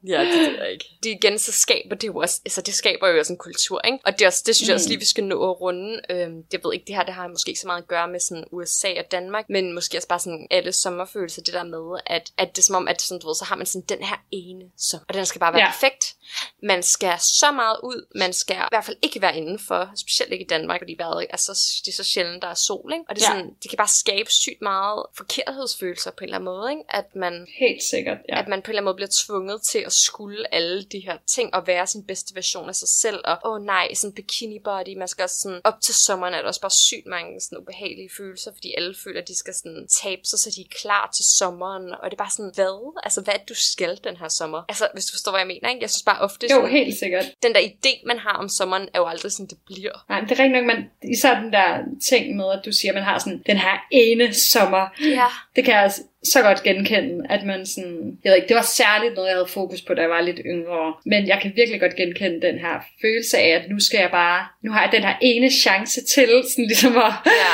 Speaker 6: Ja, det ved jeg ikke. Det igen, så skaber det jo også, altså det skaber jo også en kultur, ikke? Og det, er også, det synes jeg også lige, vi skal nå at runde. Øhm, jeg ved ikke, det her det har måske ikke så meget at gøre med sådan USA og Danmark, men måske også bare sådan alle sommerfølelser, det der med, at, at det er som om, at sådan, du ved, så har man sådan den her ene sommer, og den skal bare være
Speaker 5: Ja.
Speaker 6: ja. perfekt. Man skal så meget ud, man skal i hvert fald ikke være indenfor, specielt ikke i Danmark, fordi vejret er så, det er så sjældent, der er sol, ikke? Og det, er
Speaker 5: Ja.
Speaker 6: ja. sådan, det kan bare skabe sygt meget forkerthedsfølelser på en eller anden måde, ikke? At man
Speaker 5: Helt sikkert, ja.
Speaker 6: ja. at man på en eller anden måde bliver tvunget til at skulle alle de her ting og være sin bedste version af sig selv. Og åh oh nej, sådan bikini body, man skal også sådan, op til sommeren er der også bare sygt mange sådan ubehagelige følelser, fordi alle føler, at de skal sådan tabe sig, så de er klar til sommeren. Og det er bare sådan, hvad? Altså, hvad er det, du skal den her sommer? Altså, hvis du forstår, hvad jeg mener, ikke? Jeg synes bare ofte,
Speaker 5: Jo,
Speaker 6: sådan,
Speaker 5: helt sikkert.
Speaker 6: den der idé, man har om sommeren, er jo aldrig sådan, det bliver.
Speaker 5: Nej, men det er rigtig nok, man, især den der ting med, at du siger, at man har sådan den her ene sommer.
Speaker 6: Ja.
Speaker 5: Det kan jeg altså så godt genkende, at man sådan, jeg ved ikke, det var særligt noget, jeg havde fokus på, da jeg var lidt yngre. Men jeg kan virkelig godt genkende den her følelse af, at nu skal jeg bare, nu har jeg den her ene chance til, sådan ligesom at
Speaker 6: Ja.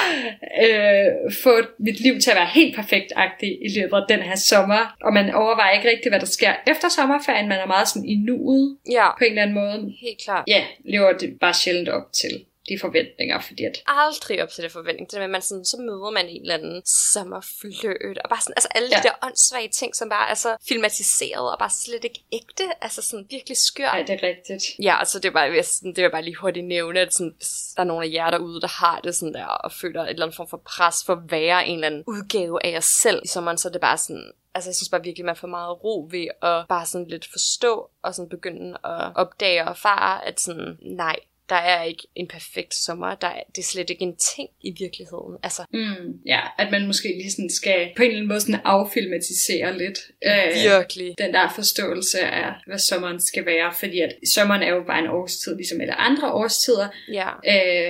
Speaker 5: *laughs* øh, få mit liv til at være helt perfekt-agtigt i løbet af den her sommer. Og man overvejer ikke rigtig, hvad der sker efter sommerferien. Man er meget sådan i nuet
Speaker 6: Ja,
Speaker 5: på en eller anden måde
Speaker 6: helt klart.
Speaker 5: ja, lever det bare sjældent op til de forventninger, fordi at
Speaker 6: aldrig op til det forventning. Det der med, at man sådan, så møder man en eller anden sommerfløt, og bare sådan, altså alle ja.
Speaker 5: Ja.
Speaker 6: de der åndssvage ting, som bare er så filmatiseret, og bare slet ikke ægte, altså sådan virkelig skørt.
Speaker 5: nej, det er rigtigt.
Speaker 6: Ja, og så det er bare, jeg sådan, det vil jeg bare lige hurtigt nævne, at sådan, hvis der er nogle af jer derude, der har det sådan der, og føler et eller andet form for pres for at være en eller anden udgave af jer selv i sommeren, så er det bare sådan, altså jeg synes bare virkelig, man får meget ro ved at bare sådan lidt forstå, og sådan begynde at opdage og erfare, at sådan, nej, der er ikke en perfekt sommer, der er, det er slet ikke en ting i virkeligheden. Altså,
Speaker 5: Mm, ja, at man måske lige sådan skal på en eller anden måde sådan affilmatisere lidt. Øh,
Speaker 6: virkelig.
Speaker 5: den der forståelse af, hvad sommeren skal være, fordi at sommeren er jo bare en årstid, ligesom alle andre årstider,
Speaker 6: Ja.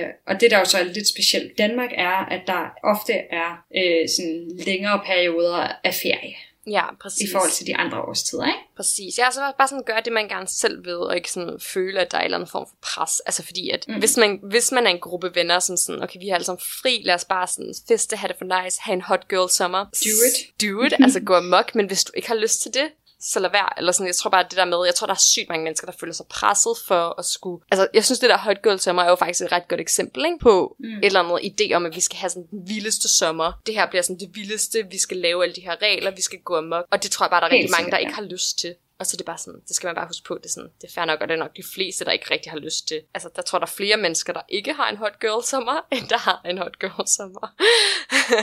Speaker 5: Øh, og det, der jo så er lidt specielt i Danmark, er, at der ofte er øh, sådan længere perioder af ferie
Speaker 6: Ja,
Speaker 5: i
Speaker 6: præcis.
Speaker 5: forhold til de andre årstider, ikke?
Speaker 6: Præcis. Ja, så bare sådan gøre det, man gerne selv ved, og ikke sådan føle, at der er en eller anden form for pres. Altså fordi,
Speaker 5: Mhm.
Speaker 6: at mm. hvis, man, hvis man er en gruppe venner, som sådan, okay, vi har alle sammen fri, lad os bare sådan feste, have det for nice, have en hot girl summer.
Speaker 5: Do it.
Speaker 6: Do it, altså gå amok, men hvis du ikke har lyst til det, så lad være. Eller sådan, jeg tror bare, at det der med, jeg tror, der er sygt mange mennesker, der føler sig presset for at skulle... Altså, jeg synes, det der hot girl summer er jo faktisk et ret godt eksempel, ikke? På mm. et eller andet idé om, at vi skal have sådan den vildeste sommer. Det her bliver sådan det vildeste, vi skal lave alle de her regler, vi skal gå amok. Og det tror jeg bare, der er
Speaker 5: Helt
Speaker 6: rigtig mange, der
Speaker 5: sikkert,
Speaker 6: ikke
Speaker 5: ja.
Speaker 6: har lyst til. Og så er det bare sådan, det skal man bare huske på, det er, sådan, det er fair nok, og det er nok de fleste, der ikke rigtig har lyst til. Altså, der tror der er flere mennesker, der ikke har en hot girl sommer, *laughs* end der har en hot girl sommer.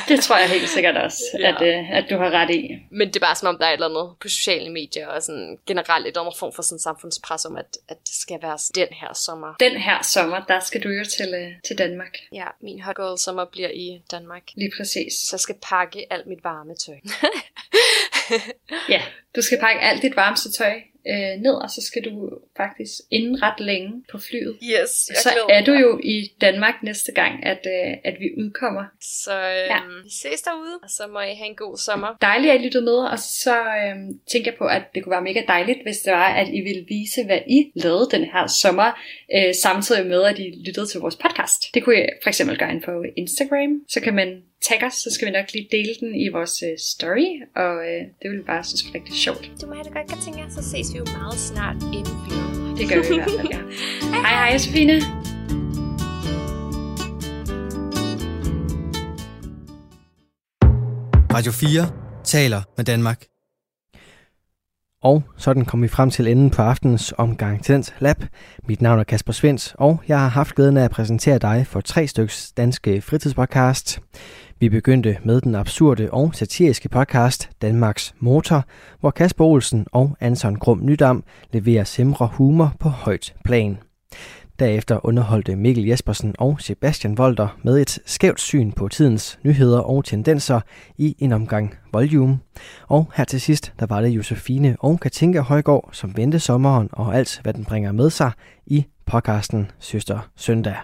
Speaker 5: Det tror jeg helt sikkert også,
Speaker 6: Ja.
Speaker 5: at, øh, at du har ret i.
Speaker 6: Men det er bare som om, der er et eller andet på sociale medier, og sådan generelt et eller andet form for sådan samfundspres om, at, at det skal være den her sommer.
Speaker 5: Den her sommer, der skal du jo til, øh, til Danmark.
Speaker 6: Ja, min hot girl sommer bliver i Danmark.
Speaker 5: Lige præcis.
Speaker 6: Så jeg skal pakke alt mit varme tøj.
Speaker 5: Ja, du skal pakke alt dit varmeste tøj øh, ned, og så skal du faktisk inden ret længe på flyet.
Speaker 6: *laughs* Yes, jeg
Speaker 5: Så
Speaker 6: glæder
Speaker 5: er du
Speaker 6: mig.
Speaker 5: jo i Danmark næste gang, at, øh, at vi udkommer.
Speaker 6: Så øhm, ja. vi ses derude, og så må I have en god sommer.
Speaker 5: Dejligt, at I lyttede med, og så øhm, tænker jeg på, at det kunne være mega dejligt, hvis det var, at I ville vise, hvad I lavede den her sommer, øh, samtidig med, at I lyttede til vores podcast. Det kunne I for eksempel gøre ind på Instagram, så kan man tagge os, så skal vi nok lige dele den i vores øh, story, og øh, det ville vi bare synes var rigtig sjovt.
Speaker 6: Du må have det godt, Katinka, så ses vi jo meget snart inden vi
Speaker 5: Det gør vi i hvert fald, ja. Hej hej, Sofine!
Speaker 7: Radio 4 taler med Danmark.
Speaker 1: Og sådan kom vi frem til enden på aftenens omgang Tendens Lab. Mit navn er Kasper Svens, og jeg har haft glæden af at præsentere dig for tre styks danske fritidspodcast. Vi begyndte med den absurde og satiriske podcast Danmarks Motor, hvor Kasper Olsen og Anton Grum Nydam leverer simre humor på højt plan. Derefter underholdte Mikkel Jespersen og Sebastian Volter med et skævt syn på tidens nyheder og tendenser i en omgang volume. Og her til sidst, der var det Josefine og Katinka Højgaard, som vendte sommeren og alt, hvad den bringer med sig i podcasten Søster Søndag.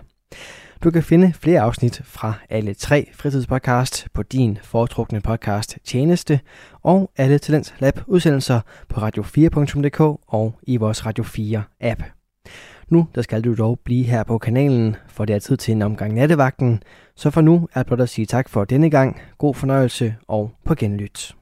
Speaker 1: Du kan finde flere afsnit fra alle tre fritidspodcast på din foretrukne podcast Tjeneste og alle Talents Lab udsendelser på radio4.dk og i vores Radio 4 app. Nu der skal du dog blive her på kanalen, for det er tid til en omgang nattevagten. Så for nu er blot at sige tak for denne gang, god fornøjelse og på genlyt.